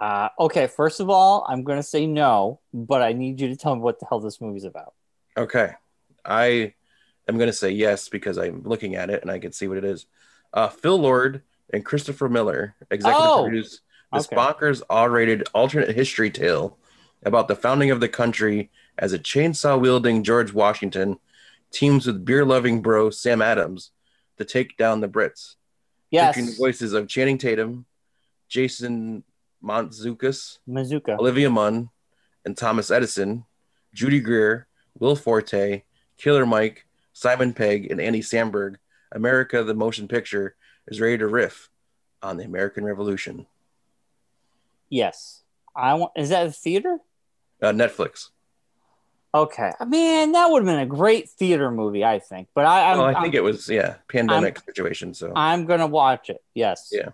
[SPEAKER 2] Uh, okay, first of all, I'm gonna say no, but I need you to tell me what the hell this movie's about.
[SPEAKER 1] Okay. I am going to say yes because I'm looking at it and I can see what it is. Uh, Phil Lord and Christopher Miller executive
[SPEAKER 2] Oh,
[SPEAKER 1] produced this
[SPEAKER 2] okay.
[SPEAKER 1] bonkers R-rated alternate history tale about the founding of the country as a chainsaw-wielding George Washington teams with beer-loving bro Sam Adams to take down the Brits.
[SPEAKER 2] Yes,
[SPEAKER 1] Featuring the voices of Channing Tatum, Jason Mantzoukas,
[SPEAKER 2] Mazuka.
[SPEAKER 1] Olivia Munn and Thomas Edison, Judy Greer, Will Forte, Killer Mike, Simon Pegg, and Andy Samberg, America the Motion Picture is ready to riff on the American Revolution.
[SPEAKER 2] Yes, I want. Is that a theater?
[SPEAKER 1] Uh, Netflix.
[SPEAKER 2] Okay, man, that would have been a great theater movie, I think. But I, I'm,
[SPEAKER 1] Well, Oh, I
[SPEAKER 2] I
[SPEAKER 1] think it was, yeah, pandemic situation. So,
[SPEAKER 2] am gonna watch it. Yes.
[SPEAKER 1] Yeah.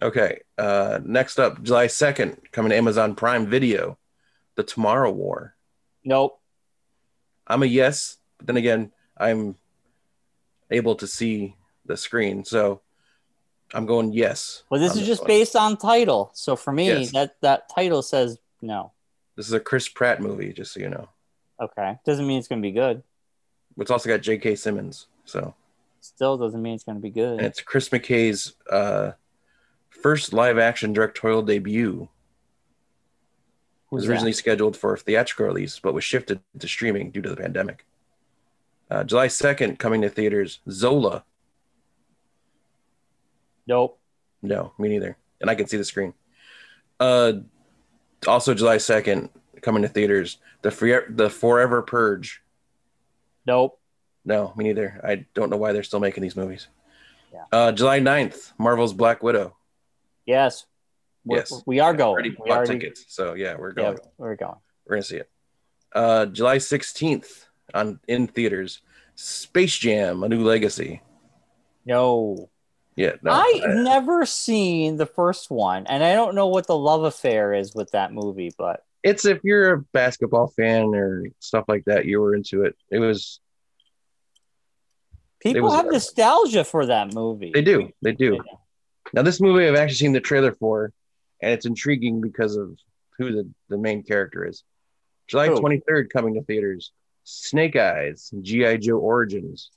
[SPEAKER 1] okay. Uh, next up, July 2nd, coming to Amazon Prime Video, The Tomorrow War.
[SPEAKER 2] Nope.
[SPEAKER 1] I'm a yes, but then again, I'm able to see the screen. So, I'm going yes.
[SPEAKER 2] Well, this
[SPEAKER 1] on
[SPEAKER 2] is just
[SPEAKER 1] one.
[SPEAKER 2] based on title, so for me,
[SPEAKER 1] Yes.
[SPEAKER 2] that that title says no.
[SPEAKER 1] This is a Chris Pratt movie, just so you know.
[SPEAKER 2] Okay, doesn't mean it's gonna be good.
[SPEAKER 1] It's also got J.K. Simmons, so
[SPEAKER 2] Still doesn't mean it's gonna be good.
[SPEAKER 1] and it's Chris McKay's uh, first live-action directorial debut. It
[SPEAKER 2] Who's
[SPEAKER 1] was
[SPEAKER 2] that?
[SPEAKER 1] originally scheduled for a theatrical release, but was shifted to streaming due to the pandemic. Uh, July second, coming to theaters, Zola.
[SPEAKER 2] Nope.
[SPEAKER 1] No, me neither. And I can see the screen. Uh, also July second, coming to theaters, the Fre- the Forever Purge.
[SPEAKER 2] Nope.
[SPEAKER 1] No, me neither. I don't know why they're still making these movies.
[SPEAKER 2] Yeah.
[SPEAKER 1] Uh, July 9th, Marvel's Black Widow.
[SPEAKER 2] Yes. We're,
[SPEAKER 1] Yes.
[SPEAKER 2] We are going.
[SPEAKER 1] Already
[SPEAKER 2] we
[SPEAKER 1] bought
[SPEAKER 2] already,
[SPEAKER 1] tickets, so yeah, we're
[SPEAKER 2] yeah,
[SPEAKER 1] going.
[SPEAKER 2] we're going.
[SPEAKER 1] We're gonna see it. uh, July 16th on in theaters. Space Jam: A New Legacy.
[SPEAKER 2] No.
[SPEAKER 1] Yeah, no,
[SPEAKER 2] I,
[SPEAKER 1] I-
[SPEAKER 2] never seen the first one, and I don't know what the love affair is with that movie, but
[SPEAKER 1] it's if you're a basketball fan or stuff like that, you were into it. It was
[SPEAKER 2] people
[SPEAKER 1] was
[SPEAKER 2] have
[SPEAKER 1] there.
[SPEAKER 2] nostalgia for that movie.
[SPEAKER 1] they do, they do.
[SPEAKER 2] Yeah.
[SPEAKER 1] Now this movie I've actually seen the trailer for, and it's intriguing because of who the, the main character is. July
[SPEAKER 2] Who?
[SPEAKER 1] twenty third, coming to theaters. Snake Eyes, GI Joe Origins.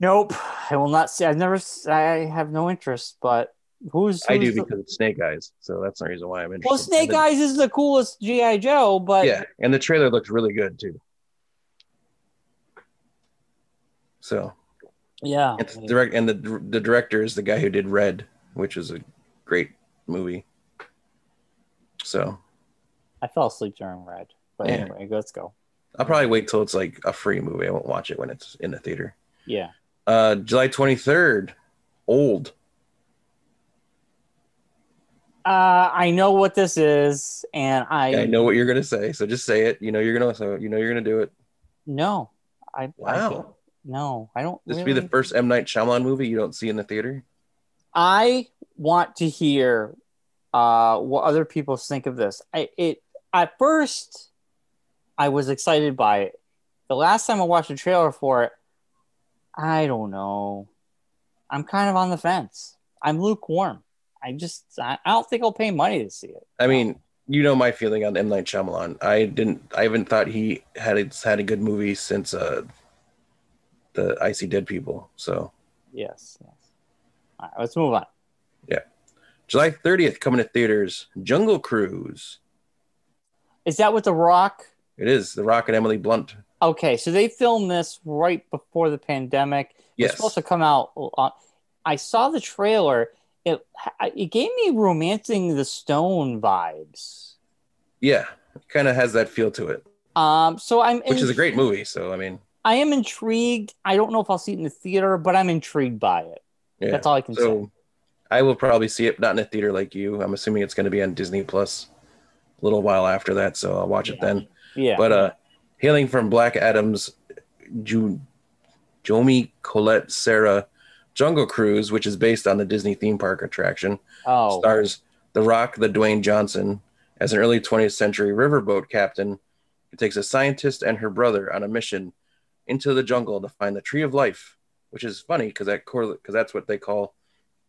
[SPEAKER 2] Nope, I will not see. I've never. s- I have no interest. But who's,
[SPEAKER 1] I do
[SPEAKER 2] who's the-
[SPEAKER 1] because it's Snake Eyes, so that's the reason why I'm interested.
[SPEAKER 2] well, Snake
[SPEAKER 1] And the-
[SPEAKER 2] Eyes is the coolest GI Joe, but
[SPEAKER 1] Yeah, and the trailer looks really good too. So
[SPEAKER 2] yeah.
[SPEAKER 1] it's direct, and the the director is the guy who did Red, which is a great movie. So
[SPEAKER 2] I fell asleep during Red. But
[SPEAKER 1] Yeah.
[SPEAKER 2] anyway, let's go.
[SPEAKER 1] I'll probably wait till it's like a free movie. I won't watch it when it's in the theater.
[SPEAKER 2] Yeah,
[SPEAKER 1] Uh, July twenty third, Old.
[SPEAKER 2] uh, I know what this is, and I,
[SPEAKER 1] I know what you're gonna say, so just say it. You know you're gonna so you know you're gonna do it.
[SPEAKER 2] no, I I, don't-
[SPEAKER 1] Wow,
[SPEAKER 2] no, I don't.
[SPEAKER 1] this
[SPEAKER 2] really...
[SPEAKER 1] would be the first M Night Shyamalan movie you don't see in the theater.
[SPEAKER 2] I want to hear uh, what other people think of this. I, it at first, I was excited by it. The last time I watched a trailer for it, I don't know. I'm kind of on the fence. I'm lukewarm. I just I, I don't think I'll pay money to see it.
[SPEAKER 1] I mean, you know my feeling on M Night Shyamalan. I didn't. I haven't thought he had had a good movie since uh, the I See Dead People. So
[SPEAKER 2] Yes. yes. All right, let's move on.
[SPEAKER 1] July thirtieth, coming to theaters, Jungle Cruise.
[SPEAKER 2] Is that with The Rock?
[SPEAKER 1] It is The Rock and Emily Blunt.
[SPEAKER 2] Okay, so they filmed this right before the pandemic.
[SPEAKER 1] Yes,
[SPEAKER 2] It's supposed to come out. On, I saw the trailer. It it gave me romancing the stone vibes.
[SPEAKER 1] yeah, kind of has that feel to it,
[SPEAKER 2] Um, so I'm
[SPEAKER 1] which is a
[SPEAKER 2] in-
[SPEAKER 1] great movie. So I mean,
[SPEAKER 2] I am intrigued. I don't know if I'll see it in the theater, but I'm intrigued by it.
[SPEAKER 1] yeah.
[SPEAKER 2] That's all I can say.
[SPEAKER 1] So I will probably see it, not in a theater like you. I'm assuming it's going to be on Disney Plus a little while after that. So I'll watch it
[SPEAKER 2] Yeah.
[SPEAKER 1] then.
[SPEAKER 2] Yeah,
[SPEAKER 1] But uh, hailing from Black Adam's Ju- Jomi Colette Sarah Jungle Cruise, which is based on the Disney theme park attraction,
[SPEAKER 2] oh,
[SPEAKER 1] stars The Rock, the Dwayne Johnson, as an early 20th century riverboat captain who takes a scientist and her brother on a mission into the jungle to find the Tree of Life, which is funny because that correlate because that's what they call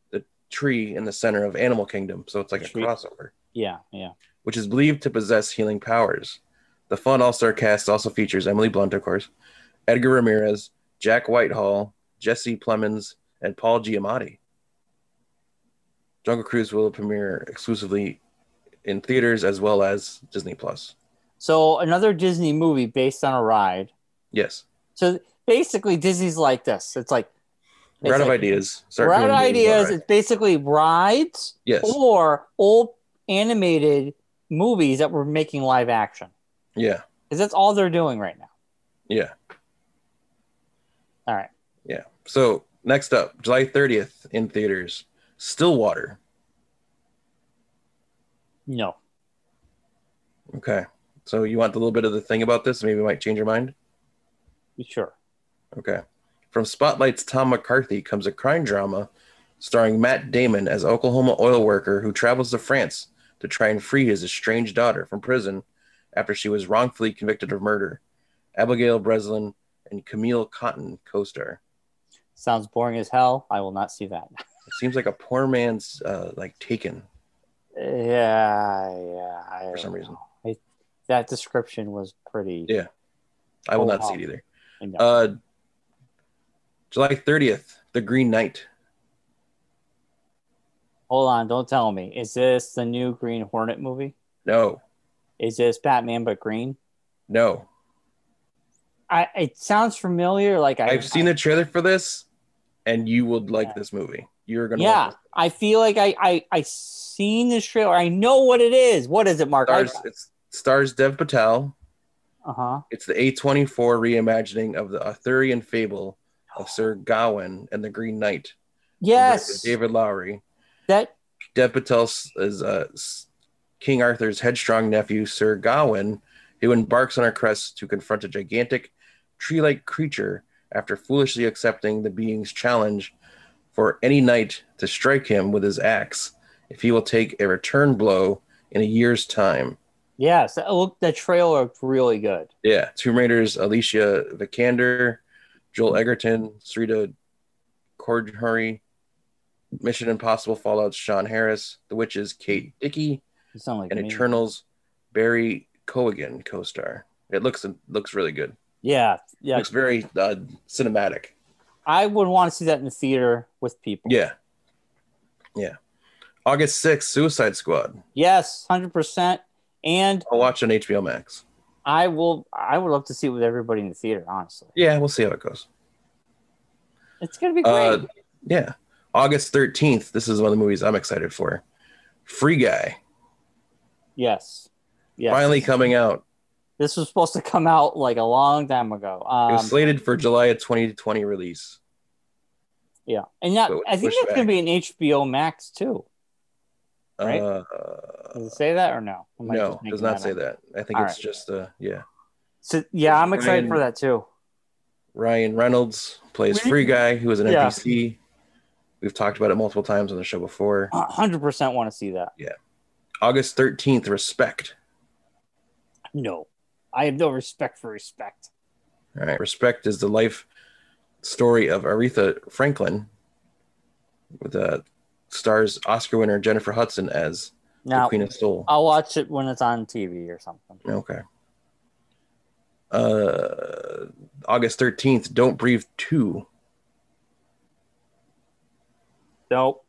[SPEAKER 1] the tree in the center of Animal Kingdom. So it's like a
[SPEAKER 2] Tree.
[SPEAKER 1] crossover
[SPEAKER 2] yeah, yeah.
[SPEAKER 1] which is believed to possess healing powers. The fun all star cast also features Emily Blunt, of course, Edgar Ramirez, Jack Whitehall, Jesse Plemons, and Paul Giamatti. Jungle Cruise will premiere exclusively in theaters as well as Disney Plus.
[SPEAKER 2] So another Disney movie based on a ride.
[SPEAKER 1] Yes,
[SPEAKER 2] So basically, Disney's like this. It's like
[SPEAKER 1] we're out
[SPEAKER 2] It's
[SPEAKER 1] of
[SPEAKER 2] like-
[SPEAKER 1] ideas. Start
[SPEAKER 2] we're out of
[SPEAKER 1] doing movies,
[SPEAKER 2] ideas.
[SPEAKER 1] alright.
[SPEAKER 2] It's basically rides
[SPEAKER 1] Yes,
[SPEAKER 2] or old animated movies that were making live action.
[SPEAKER 1] yeah,
[SPEAKER 2] Because that's all they're doing right now.
[SPEAKER 1] yeah,
[SPEAKER 2] All right.
[SPEAKER 1] yeah. So next up, July thirtieth in theaters, Stillwater.
[SPEAKER 2] No.
[SPEAKER 1] Okay, so you want a little bit of the thing about this? Maybe we might change your mind.
[SPEAKER 2] Sure.
[SPEAKER 1] Okay. From Spotlight's Tom McCarthy comes a crime drama starring Matt Damon as Oklahoma oil worker who travels to France to try and free his estranged daughter from prison after she was wrongfully convicted of murder. Abigail Breslin and Camille Cotton co-star.
[SPEAKER 2] Sounds boring as hell. I will not see
[SPEAKER 1] <laughs>
[SPEAKER 2] that.
[SPEAKER 1] It seems like a poor man's uh, like Taken.
[SPEAKER 2] yeah. Yeah. I
[SPEAKER 1] For some
[SPEAKER 2] don't
[SPEAKER 1] reason.
[SPEAKER 2] know. I, that description was pretty.
[SPEAKER 1] Yeah. I will
[SPEAKER 2] Oh,
[SPEAKER 1] not
[SPEAKER 2] wow.
[SPEAKER 1] see it either.
[SPEAKER 2] I know.
[SPEAKER 1] Uh, July 30th, The Green Knight.
[SPEAKER 2] Hold on. Don't tell me. Is this the new Green Hornet movie?
[SPEAKER 1] No,
[SPEAKER 2] Is this Batman but Green?
[SPEAKER 1] no.
[SPEAKER 2] I, it sounds familiar. Like I,
[SPEAKER 1] I've seen the trailer for this, and you would like this movie. You're gonna
[SPEAKER 2] yeah,
[SPEAKER 1] like it.
[SPEAKER 2] I feel like I, I I seen this trailer. I know what it is. What is it, Mark?
[SPEAKER 1] stars it's stars Dev Patel.
[SPEAKER 2] Uh huh.
[SPEAKER 1] It's the A24 reimagining of the Arthurian fable of Sir Gawain and the Green Knight.
[SPEAKER 2] Yes.
[SPEAKER 1] David Lowry.
[SPEAKER 2] That
[SPEAKER 1] Dev Patel s- is uh, s- King Arthur's headstrong nephew, Sir Gawain, who embarks on our quest to confront a gigantic tree like creature after foolishly accepting the being's challenge for any knight to strike him with his axe if he will take a return blow in a year's time.
[SPEAKER 2] Yes, that looked the trailer looked really good.
[SPEAKER 1] Yeah, Tomb Raiders, Alicia Vikander, Joel Egerton, Srita Cordhurry, Mission Impossible Fallout's Sean Harris, The Witches, Kate Dickey,
[SPEAKER 2] You sound like
[SPEAKER 1] and
[SPEAKER 2] me.
[SPEAKER 1] Eternals, Barry Cogan co-star. It looks looks really good.
[SPEAKER 2] Yeah, yeah.
[SPEAKER 1] Looks very uh, cinematic.
[SPEAKER 2] I would want to see that in the theater with people.
[SPEAKER 1] Yeah, yeah. August sixth, Suicide Squad.
[SPEAKER 2] Yes, hundred percent. And
[SPEAKER 1] I'll watch on HBO Max.
[SPEAKER 2] I will. I would love to see it with everybody in the theater. Honestly,
[SPEAKER 1] Yeah, we'll see how it goes.
[SPEAKER 2] it's gonna be great.
[SPEAKER 1] Uh, yeah, August thirteenth. This is one of the movies I'm excited for. Free Guy
[SPEAKER 2] yes, yes.
[SPEAKER 1] finally coming out.
[SPEAKER 2] this was supposed to come out like a long time ago.
[SPEAKER 1] It
[SPEAKER 2] Um,
[SPEAKER 1] was slated for July of 2020 release.
[SPEAKER 2] yeah, and that,
[SPEAKER 1] but it was
[SPEAKER 2] I think
[SPEAKER 1] pushed
[SPEAKER 2] that's gonna
[SPEAKER 1] back.
[SPEAKER 2] be an HBO Max too. Right?
[SPEAKER 1] Uh,
[SPEAKER 2] Does it say that or no? Am I
[SPEAKER 1] no,
[SPEAKER 2] just making
[SPEAKER 1] does not say
[SPEAKER 2] up?
[SPEAKER 1] that. I think
[SPEAKER 2] All
[SPEAKER 1] it's
[SPEAKER 2] right.
[SPEAKER 1] just uh, yeah.
[SPEAKER 2] So yeah, I'm excited
[SPEAKER 1] Ryan-
[SPEAKER 2] for that too.
[SPEAKER 1] Ryan Reynolds plays
[SPEAKER 2] We-
[SPEAKER 1] Free Guy, who is an
[SPEAKER 2] Yeah.
[SPEAKER 1] NPC. We've talked about it multiple times on the show before.
[SPEAKER 2] Hundred percent want to see that.
[SPEAKER 1] August 13th, Respect.
[SPEAKER 2] No, I have no respect for respect.
[SPEAKER 1] All right. Respect is the life story of Aretha Franklin with uh, stars Oscar winner Jennifer Hudson as the
[SPEAKER 2] Now
[SPEAKER 1] Queen of Soul.
[SPEAKER 2] I'll watch it when it's on TV or something.
[SPEAKER 1] Okay. Uh, August 13th, Don't Breathe 2.
[SPEAKER 2] Nope.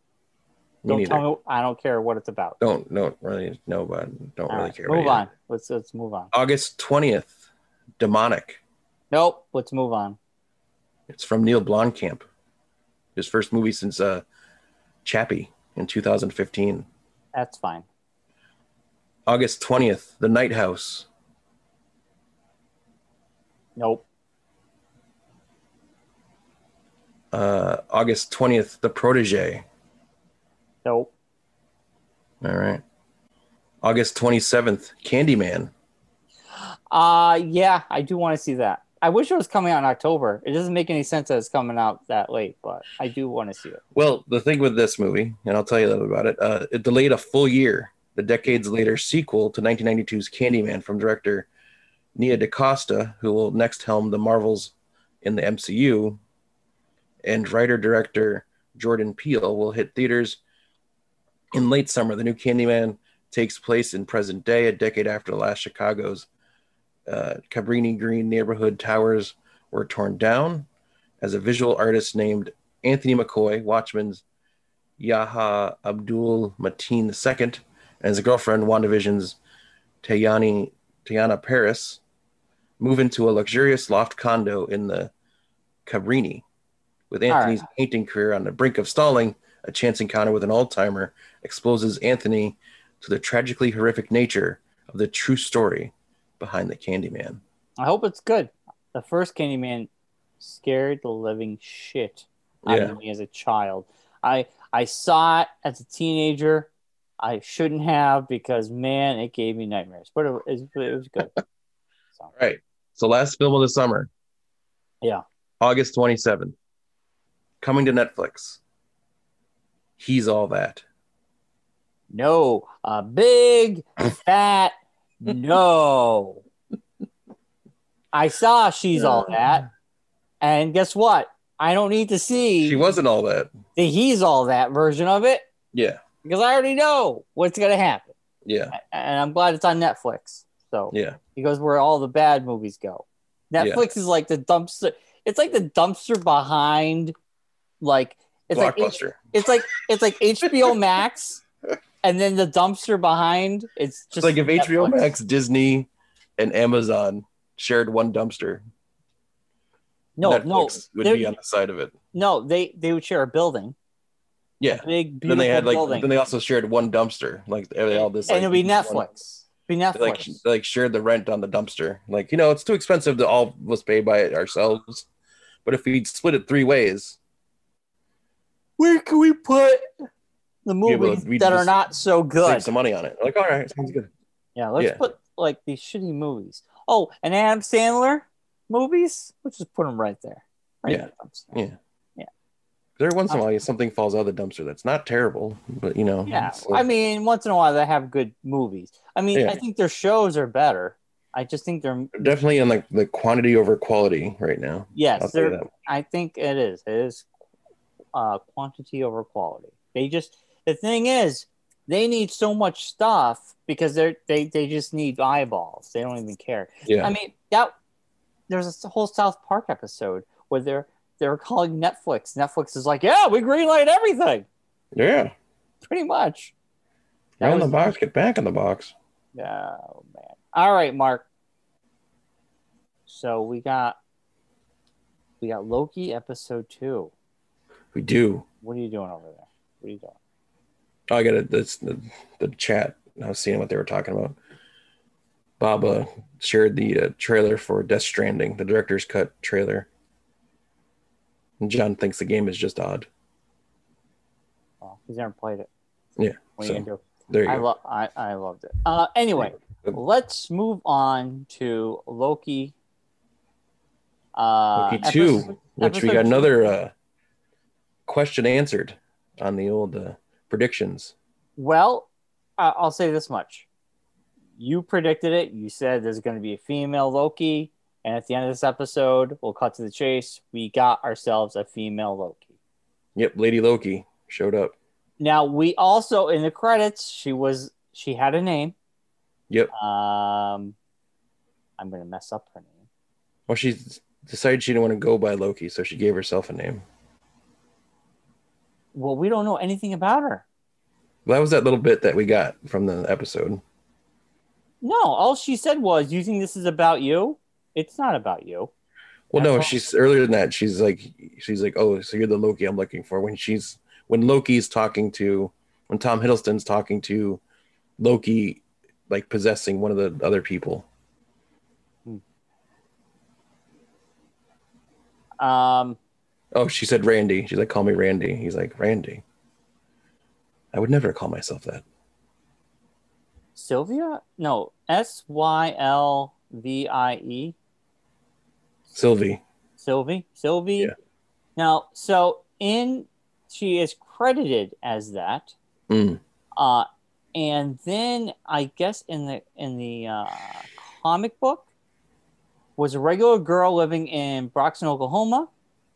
[SPEAKER 1] Me
[SPEAKER 2] Don't
[SPEAKER 1] neither.
[SPEAKER 2] tell me. I don't care what it's about.
[SPEAKER 1] don't don't really know about don't
[SPEAKER 2] All
[SPEAKER 1] really
[SPEAKER 2] right,
[SPEAKER 1] care
[SPEAKER 2] move
[SPEAKER 1] about it.
[SPEAKER 2] on. Let's let's move on.
[SPEAKER 1] August 20th, Demonic.
[SPEAKER 2] Nope. Let's move on.
[SPEAKER 1] It's from Neil Blomkamp. His first movie since uh, Chappie in 2015.
[SPEAKER 2] That's fine.
[SPEAKER 1] August 20th, The Night House.
[SPEAKER 2] Nope.
[SPEAKER 1] Uh, August 20th, The Protege.
[SPEAKER 2] Nope.
[SPEAKER 1] All right. August 27th, Candyman.
[SPEAKER 2] Uh yeah, I do want to see that. I wish it was coming out in October. It doesn't make any sense that it's coming out that late, but I do want to see it.
[SPEAKER 1] Well, the thing with this movie, and I'll tell you a little about it, uh, it delayed a full year, the decades later sequel to 1992's Candyman from director Nia DaCosta, who will next helm the Marvels in the MCU, and writer director Jordan Peele will hit theaters in late summer. The new Candyman takes place in present day, a decade after the last Chicago's uh, Cabrini Green neighborhood towers were torn down. As a visual artist named Anthony McCoy, Watchmen's Yaha Abdul Mateen II, and his girlfriend, WandaVision's Tayani, Tayana Paris, move into a luxurious loft condo in the Cabrini. With
[SPEAKER 2] right.
[SPEAKER 1] Anthony's painting career on the brink of stalling, a chance encounter with an old timer exposes Anthony to the tragically horrific nature of the true story behind the Candyman.
[SPEAKER 2] I hope it's good. The first Candyman scared the living shit out
[SPEAKER 1] Yeah.
[SPEAKER 2] of me as a child. I I saw it as a teenager. I shouldn't have because man, it gave me nightmares. But it, was- it was
[SPEAKER 1] <laughs>
[SPEAKER 2] good. so
[SPEAKER 1] All right. So last film of the summer.
[SPEAKER 2] Yeah.
[SPEAKER 1] August 27th. Coming to Netflix. He's all that.
[SPEAKER 2] no, a big fat no. I saw she's all that, and guess what? I don't need to see
[SPEAKER 1] She wasn't all that.
[SPEAKER 2] the he's all that version of it
[SPEAKER 1] Yeah.
[SPEAKER 2] because I already know what's gonna happen.
[SPEAKER 1] Yeah.
[SPEAKER 2] and I'm glad it's on Netflix. So
[SPEAKER 1] Yeah.
[SPEAKER 2] he goes where all the bad movies go.
[SPEAKER 1] Yeah.
[SPEAKER 2] Netflix is like the dumpster. It's like the dumpster behind, like it's like it's,
[SPEAKER 1] Blockbuster.
[SPEAKER 2] like it's like
[SPEAKER 1] <laughs>
[SPEAKER 2] HBO Max, and then the dumpster behind. It's just
[SPEAKER 1] It's like if HBO
[SPEAKER 2] Netflix.
[SPEAKER 1] Max, Disney, and Amazon shared one dumpster,
[SPEAKER 2] No,
[SPEAKER 1] Netflix
[SPEAKER 2] no,
[SPEAKER 1] would be
[SPEAKER 2] they're-
[SPEAKER 1] on the side of it.
[SPEAKER 2] no. They they would share a building,
[SPEAKER 1] Yeah.
[SPEAKER 2] big
[SPEAKER 1] Then
[SPEAKER 2] beautiful
[SPEAKER 1] they had like
[SPEAKER 2] building,
[SPEAKER 1] then they also shared one dumpster. Like they all this
[SPEAKER 2] and
[SPEAKER 1] like,
[SPEAKER 2] it'd be
[SPEAKER 1] one-
[SPEAKER 2] Netflix. Be
[SPEAKER 1] they,
[SPEAKER 2] Netflix.
[SPEAKER 1] like sh- they, like shared the rent on the dumpster. Like you know, it's too expensive to all of us pay by it ourselves. But if we split it three ways,
[SPEAKER 2] where can we put the
[SPEAKER 1] but
[SPEAKER 2] movies
[SPEAKER 1] we
[SPEAKER 2] that are
[SPEAKER 1] just
[SPEAKER 2] not so good?
[SPEAKER 1] save some money on it. Like all right, sounds good.
[SPEAKER 2] Yeah, let's
[SPEAKER 1] Yeah.
[SPEAKER 2] put like these shitty movies. Oh, and Adam Sandler movies. Let's just put them right there. Right
[SPEAKER 1] Yeah.
[SPEAKER 2] in the dumpster.
[SPEAKER 1] Yeah. There once
[SPEAKER 2] Uh,
[SPEAKER 1] in a while something falls out of the dumpster that's not terrible, but you know.
[SPEAKER 2] Yeah,
[SPEAKER 1] it's- uh,
[SPEAKER 2] I mean, once in a while they have good movies. I mean,
[SPEAKER 1] Yeah.
[SPEAKER 2] I think their shows are better. I just think they're
[SPEAKER 1] definitely in like the quantity over quality right now. I'll
[SPEAKER 2] yes,
[SPEAKER 1] say
[SPEAKER 2] they're.
[SPEAKER 1] that.
[SPEAKER 2] I think it is. It is uh, quantity over quality. They just the thing is they need so much stuff because they're they they just need eyeballs. They don't even care.
[SPEAKER 1] Yeah.
[SPEAKER 2] I mean that there's a whole South Park episode where they're they're calling Netflix. Netflix is like, yeah, we greenlight everything,
[SPEAKER 1] yeah.
[SPEAKER 2] pretty much. That
[SPEAKER 1] Get in the
[SPEAKER 2] was-
[SPEAKER 1] box, get back in the box.
[SPEAKER 2] Oh man. All right, Mark. So we got we got Loki episode two.
[SPEAKER 1] We do.
[SPEAKER 2] What are you doing over there? What are you doing?
[SPEAKER 1] Oh, I got it. That's the, the chat. I was seeing what they were talking about. Bob uh, shared the uh, trailer for Death Stranding, the director's cut trailer. And John thinks the game is just odd.
[SPEAKER 2] Well, he's never played it.
[SPEAKER 1] Yeah,
[SPEAKER 2] What
[SPEAKER 1] so,
[SPEAKER 2] are you gonna do?
[SPEAKER 1] There you
[SPEAKER 2] I
[SPEAKER 1] go.
[SPEAKER 2] love I, I loved it. Uh anyway,
[SPEAKER 1] Good.
[SPEAKER 2] let's move on to Loki. Uh
[SPEAKER 1] Loki two,
[SPEAKER 2] episode-
[SPEAKER 1] Which we
[SPEAKER 2] episode
[SPEAKER 1] got
[SPEAKER 2] two.
[SPEAKER 1] another uh, question answered on the old uh, predictions.
[SPEAKER 2] Well, I I'll say this much. You predicted it. You said there's going to be a female Loki. And at the end of this episode, we'll cut to the chase. We got ourselves a female Loki.
[SPEAKER 1] Yep, Lady Loki showed up.
[SPEAKER 2] Now, we also, in the credits, she was, she had a name.
[SPEAKER 1] Yep.
[SPEAKER 2] Um, I'm going to mess up her name.
[SPEAKER 1] Well, she decided she didn't want to go by Loki, so she gave herself a name.
[SPEAKER 2] Well, we don't know anything about her.
[SPEAKER 1] That was that little bit that we got from the episode.
[SPEAKER 2] No, all she said was, you think this is about you? It's not about you.
[SPEAKER 1] Well, no,
[SPEAKER 2] That's all.
[SPEAKER 1] she's earlier than that. She's like, she's like, oh, so you're the Loki I'm looking for. When she's when Loki's talking to, when Tom Hiddleston's talking to Loki, like possessing one of the other people.
[SPEAKER 2] Um,
[SPEAKER 1] Oh, she said Randy. She's like, call me Randy. He's like, Randy. I would never call myself that.
[SPEAKER 2] Sylvia? No, S Y L V I E.
[SPEAKER 1] Sylvie.
[SPEAKER 2] Sylvie. Sylvie.
[SPEAKER 1] Yeah.
[SPEAKER 2] Now, so in she is credited as that.
[SPEAKER 1] Mm.
[SPEAKER 2] Uh, and then I guess in the in the uh, comic book was a regular girl living in Broxton, Oklahoma.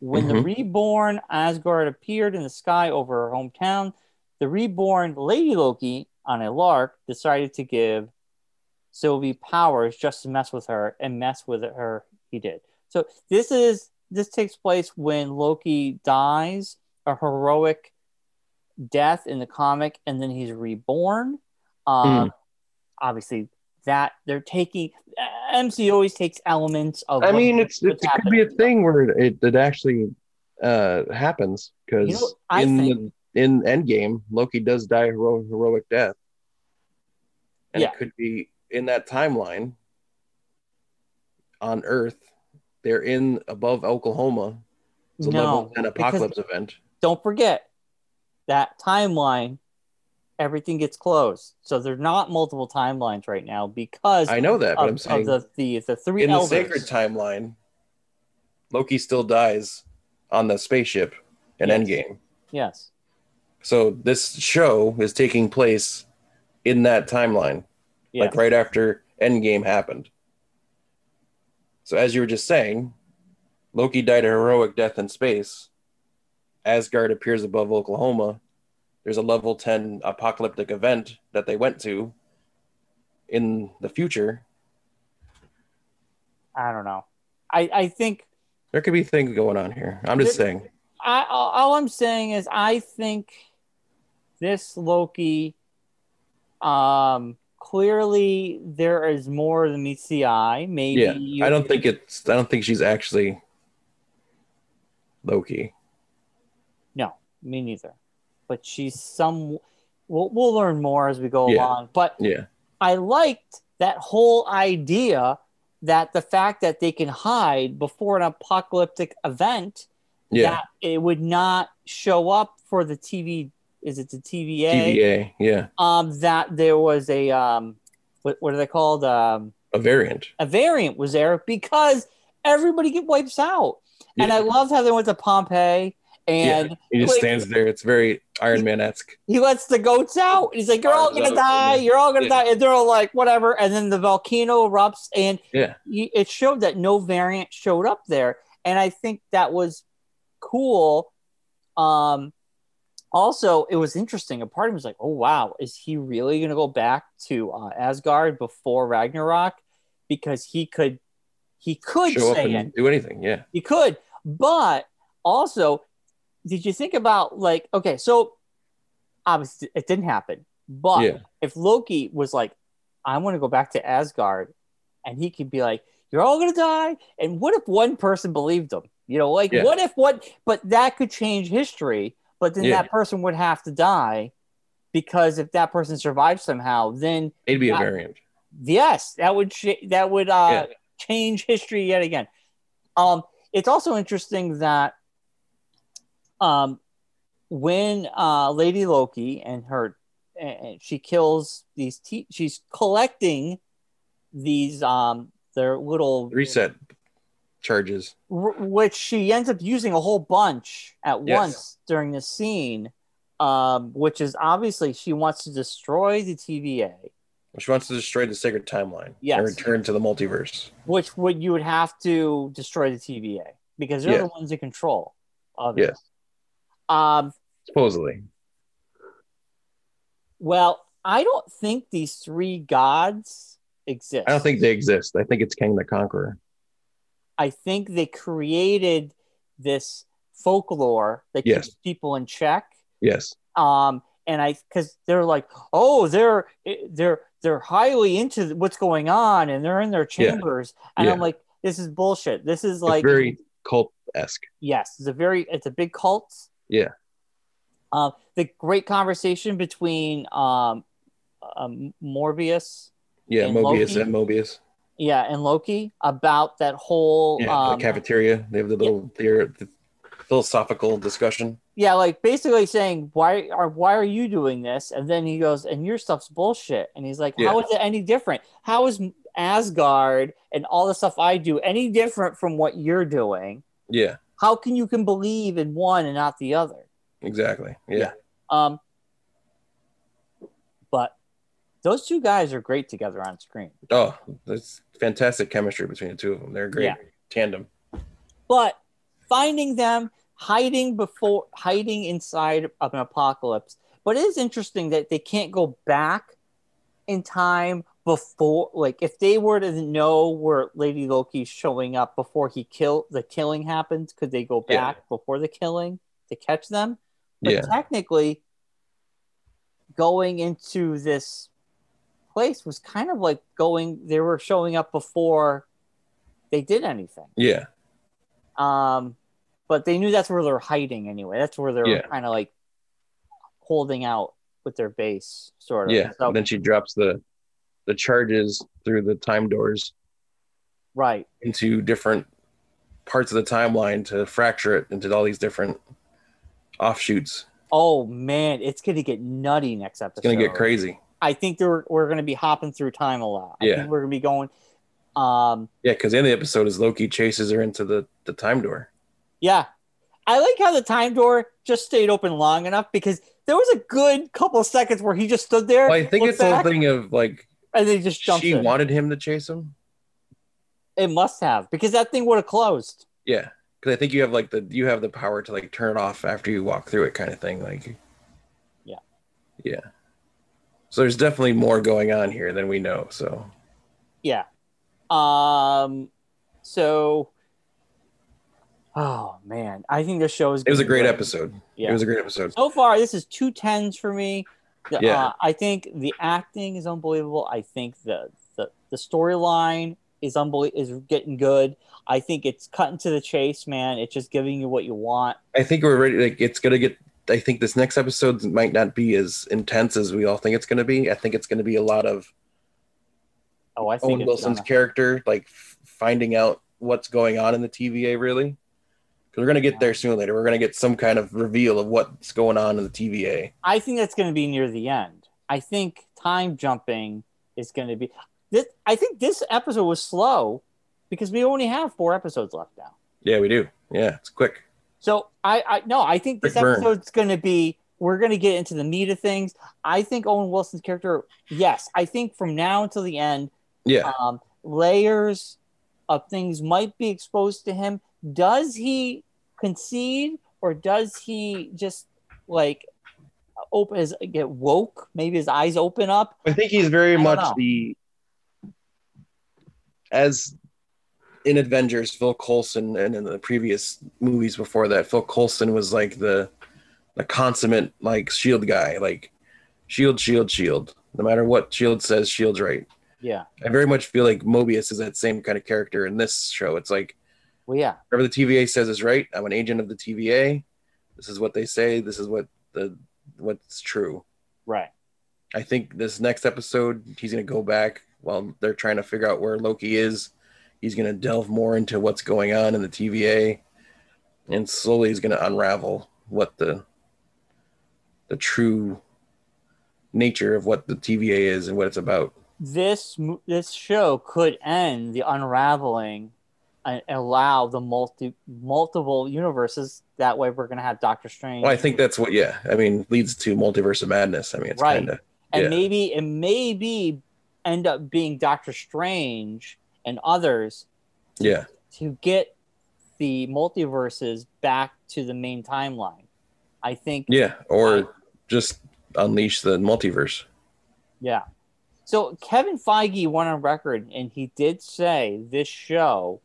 [SPEAKER 2] When the
[SPEAKER 1] Mhm.
[SPEAKER 2] reborn Asgard appeared in the sky over her hometown, the reborn Lady Loki, on a lark, decided to give Sylvie powers just to mess with her and mess with her. He did. So this is this takes place when Loki dies a heroic death in the comic, and then he's reborn. Um, Obviously, that they're taking MC always takes elements of.
[SPEAKER 1] I
[SPEAKER 2] what-
[SPEAKER 1] mean, it's,
[SPEAKER 2] what's
[SPEAKER 1] it could be a
[SPEAKER 2] happening.
[SPEAKER 1] thing where it, it actually uh, happens because
[SPEAKER 2] You know, I
[SPEAKER 1] in
[SPEAKER 2] think-
[SPEAKER 1] the, in Endgame, Loki does die a hero, heroic death, and
[SPEAKER 2] Yeah.
[SPEAKER 1] it could be in that timeline on Earth. They're in above Oklahoma. It's a
[SPEAKER 2] No,
[SPEAKER 1] level ten
[SPEAKER 2] because-
[SPEAKER 1] apocalypse event.
[SPEAKER 2] don't forget that timeline everything gets closed so there's not multiple timelines right now because
[SPEAKER 1] I know that, but
[SPEAKER 2] of,
[SPEAKER 1] I'm saying
[SPEAKER 2] of the, the the three
[SPEAKER 1] in the
[SPEAKER 2] elders
[SPEAKER 1] sacred timeline, Loki still dies on the spaceship in
[SPEAKER 2] Yes.
[SPEAKER 1] Endgame.
[SPEAKER 2] yes
[SPEAKER 1] So this show is taking place in that timeline,
[SPEAKER 2] yeah
[SPEAKER 1] like right after Endgame happened. So as you were just saying, Loki died a heroic death in space. Asgard appears above Oklahoma. There's a level 10 apocalyptic event that they went to in the future.
[SPEAKER 2] i don't know i i think
[SPEAKER 1] There could be things going on here. I'm just
[SPEAKER 2] There-
[SPEAKER 1] saying.
[SPEAKER 2] I all all I'm saying is I think this Loki um clearly there is more than meets the eye. Maybe
[SPEAKER 1] Yeah.
[SPEAKER 2] you,
[SPEAKER 1] I don't think it's I don't think she's actually Loki.
[SPEAKER 2] me neither. But she's some we'll, we'll learn more as we go
[SPEAKER 1] Yeah.
[SPEAKER 2] along. But
[SPEAKER 1] Yeah.
[SPEAKER 2] I liked that whole idea that the fact that they can hide before an apocalyptic event
[SPEAKER 1] Yeah.
[SPEAKER 2] that it would not show up for the TV is it the
[SPEAKER 1] TVA. Yeah.
[SPEAKER 2] um, that there was a um, what, what are they called? Um,
[SPEAKER 1] A variant.
[SPEAKER 2] a variant was there because everybody get wipes out. And I loved how they went to Pompeii and
[SPEAKER 1] Yeah, he just
[SPEAKER 2] Wait.
[SPEAKER 1] stands there. It's very Iron Man esque.
[SPEAKER 2] he lets the goats out. And he's like, You're all gonna
[SPEAKER 1] Yeah.
[SPEAKER 2] die, you're all gonna
[SPEAKER 1] Yeah.
[SPEAKER 2] die. And they're all like, whatever. And then the volcano erupts and
[SPEAKER 1] Yeah.
[SPEAKER 2] you, it showed that no variant showed up there. And I think that was cool. Um, also, it was interesting. A part of me was like, oh, wow, is he really going to go back to uh, Asgard before Ragnarok? Because he could, he could
[SPEAKER 1] Show up
[SPEAKER 2] say
[SPEAKER 1] and
[SPEAKER 2] it.
[SPEAKER 1] do anything. Yeah.
[SPEAKER 2] He could. But also, did you think about like, okay, so obviously it didn't happen. But
[SPEAKER 1] Yeah.
[SPEAKER 2] if Loki was like, I want to go back to Asgard, and he could be like, You're all gonna die. And what if one person believed him? You know, like
[SPEAKER 1] Yeah.
[SPEAKER 2] what if what but that could change history, but then
[SPEAKER 1] Yeah.
[SPEAKER 2] that person would have to die because if that person survived somehow, then
[SPEAKER 1] It'd be a
[SPEAKER 2] Yeah.
[SPEAKER 1] variant.
[SPEAKER 2] yes, that would sh- that would uh,
[SPEAKER 1] Yeah.
[SPEAKER 2] change history yet again. Um, it's also interesting that um, when uh, Lady Loki and her and she kills these, te- she's collecting these um, their little
[SPEAKER 1] Reset charges.
[SPEAKER 2] r- which she ends up using a whole bunch at
[SPEAKER 1] Yes.
[SPEAKER 2] once during the scene, um, which is obviously she wants to destroy the TVA.
[SPEAKER 1] She wants to destroy the sacred timeline
[SPEAKER 2] Yes.
[SPEAKER 1] and return to the multiverse.
[SPEAKER 2] which would you would have to destroy the TVA because they're
[SPEAKER 1] Yeah.
[SPEAKER 2] the ones in control of it.
[SPEAKER 1] Yes.
[SPEAKER 2] Um,
[SPEAKER 1] Supposedly.
[SPEAKER 2] well, I don't think these three gods exist.
[SPEAKER 1] I don't think they exist. I think it's King the Conqueror.
[SPEAKER 2] I think they created this folklore that
[SPEAKER 1] Yes.
[SPEAKER 2] keeps people in check.
[SPEAKER 1] Yes.
[SPEAKER 2] Um, and I because they're like, oh, they're they're they're highly into what's going on, and they're in their chambers, and I'm
[SPEAKER 1] Yeah.
[SPEAKER 2] like, this is bullshit. This is
[SPEAKER 1] Like
[SPEAKER 2] like
[SPEAKER 1] very cult esque.
[SPEAKER 2] Yes, it's a very it's a big cult.
[SPEAKER 1] Yeah.
[SPEAKER 2] Um, the great conversation between um, um Morbius,
[SPEAKER 1] Yeah.
[SPEAKER 2] And
[SPEAKER 1] Mobius
[SPEAKER 2] Loki?
[SPEAKER 1] and Mobius.
[SPEAKER 2] yeah, and Loki about that whole
[SPEAKER 1] Yeah.
[SPEAKER 2] um,
[SPEAKER 1] the cafeteria. They have the little theor- the philosophical discussion.
[SPEAKER 2] yeah, like basically saying why are why are you doing this? And then he goes, and your stuff's bullshit. And he's like,
[SPEAKER 1] Yeah.
[SPEAKER 2] how is it any different? How is Asgard and all the stuff I do any different from what you're doing?
[SPEAKER 1] Yeah.
[SPEAKER 2] How can you can believe in one and not the other?
[SPEAKER 1] Exactly. Yeah.
[SPEAKER 2] Yeah. Um, but those two guys are great together on screen.
[SPEAKER 1] Oh, that's fantastic chemistry between the two of them. They're a great
[SPEAKER 2] Yeah.
[SPEAKER 1] tandem.
[SPEAKER 2] But finding them hiding before hiding inside of an apocalypse. But it is interesting that they can't go back in time before like if they were to know where Lady Loki's showing up before he killed the killing happens, could they go
[SPEAKER 1] Yeah.
[SPEAKER 2] back before the killing to catch them? But
[SPEAKER 1] Yeah.
[SPEAKER 2] technically, going into this place was kind of like going. They were showing up before they did anything.
[SPEAKER 1] Yeah.
[SPEAKER 2] Um, but they knew that's where they were hiding anyway. That's where they were
[SPEAKER 1] Yeah.
[SPEAKER 2] kind of like holding out with their base, sort of.
[SPEAKER 1] Yeah.
[SPEAKER 2] So,
[SPEAKER 1] And then she drops the the charges through the time doors
[SPEAKER 2] right.
[SPEAKER 1] into different parts of the timeline to fracture it into all these different offshoots.
[SPEAKER 2] Oh man, it's gonna get nutty next episode.
[SPEAKER 1] It's gonna get crazy.
[SPEAKER 2] I think they were, we're gonna be hopping through time a lot. I
[SPEAKER 1] Yeah.
[SPEAKER 2] think we're gonna be going. Um,
[SPEAKER 1] Yeah, because the end of the episode is Loki chases her into the, the time door.
[SPEAKER 2] Yeah. I like how the time door just stayed open long enough because there was a good couple of seconds where he just stood there
[SPEAKER 1] Well, I think
[SPEAKER 2] looked
[SPEAKER 1] it's a
[SPEAKER 2] back,
[SPEAKER 1] thing of like
[SPEAKER 2] and they just jumped
[SPEAKER 1] she
[SPEAKER 2] in.
[SPEAKER 1] wanted him to chase him.
[SPEAKER 2] it must have because that thing would have closed.
[SPEAKER 1] Yeah, because I think you have like the you have the power to like turn it off after you walk through it, kind of thing. Like,
[SPEAKER 2] Yeah.
[SPEAKER 1] yeah. So there's definitely more going on here than we know. So
[SPEAKER 2] Yeah. Um so oh man, I think this show is
[SPEAKER 1] it was a
[SPEAKER 2] gonna be
[SPEAKER 1] great episode.
[SPEAKER 2] Yeah.
[SPEAKER 1] It was a great episode.
[SPEAKER 2] so far this is two tens for me The-
[SPEAKER 1] Yeah.
[SPEAKER 2] uh, i think the acting is unbelievable i think the the, the storyline is unbel- is getting good i think it's cutting to the chase man it's just giving you what you want
[SPEAKER 1] I think we're ready. Like, it's gonna get. I think this next episode might not be as intense as we all think it's gonna be. I think it's gonna be a lot of
[SPEAKER 2] oh i think
[SPEAKER 1] Owen
[SPEAKER 2] it's
[SPEAKER 1] Wilson's
[SPEAKER 2] gonna-
[SPEAKER 1] character, like f- finding out what's going on in the TVA, really. Because we're gonna get there sooner or later. We're gonna get some kind of reveal of what's going on in the TVA.
[SPEAKER 2] i think that's going to be near the end i think time jumping is going to be. This, I think this episode was slow because we only have four episodes left now.
[SPEAKER 1] Yeah, we do. Yeah, it's quick.
[SPEAKER 2] So I, I no, I think this
[SPEAKER 1] Quick burn.
[SPEAKER 2] episode's going to be. We're going to get into the meat of things. I think Owen Wilson's character. Yes, I think from now until the end,
[SPEAKER 1] Yeah.
[SPEAKER 2] um, layers of things might be exposed to him. Does he concede, or does he just like open his get woke? Maybe his eyes open up.
[SPEAKER 1] I think he's very
[SPEAKER 2] I don't
[SPEAKER 1] much
[SPEAKER 2] know.
[SPEAKER 1] the as in Avengers, Phil Coulson, and in the previous movies before that, Phil Coulson was like the the consummate like Shield guy, like Shield, Shield, Shield. No matter what Shield says, Shield's right.
[SPEAKER 2] Yeah.
[SPEAKER 1] I very much feel like Mobius is that same kind of character in this show. It's like
[SPEAKER 2] Well, yeah.
[SPEAKER 1] whatever the TVA says is right. I'm an agent of the TVA. This is what they say. This is what the what's true.
[SPEAKER 2] Right.
[SPEAKER 1] I think this next episode, he's going to go back while they're trying to figure out where Loki is. He's going to delve more into what's going on in the TVA, and slowly he's going to unravel what the the true nature of what the TVA is and what it's about.
[SPEAKER 2] this mo- this show could end the unraveling and allow the multi multiple universes. That way, we're gonna have Doctor Strange,
[SPEAKER 1] Well, I think that's what, yeah. I mean, leads to multiverse of madness. I mean, it's
[SPEAKER 2] Right.
[SPEAKER 1] kind of
[SPEAKER 2] and
[SPEAKER 1] yeah.
[SPEAKER 2] maybe it maybe end up being Doctor Strange and others
[SPEAKER 1] yeah,
[SPEAKER 2] to get the multiverses back to the main timeline. I think
[SPEAKER 1] yeah, or just unleash the multiverse.
[SPEAKER 2] Yeah. So Kevin Feige went on record and he did say this show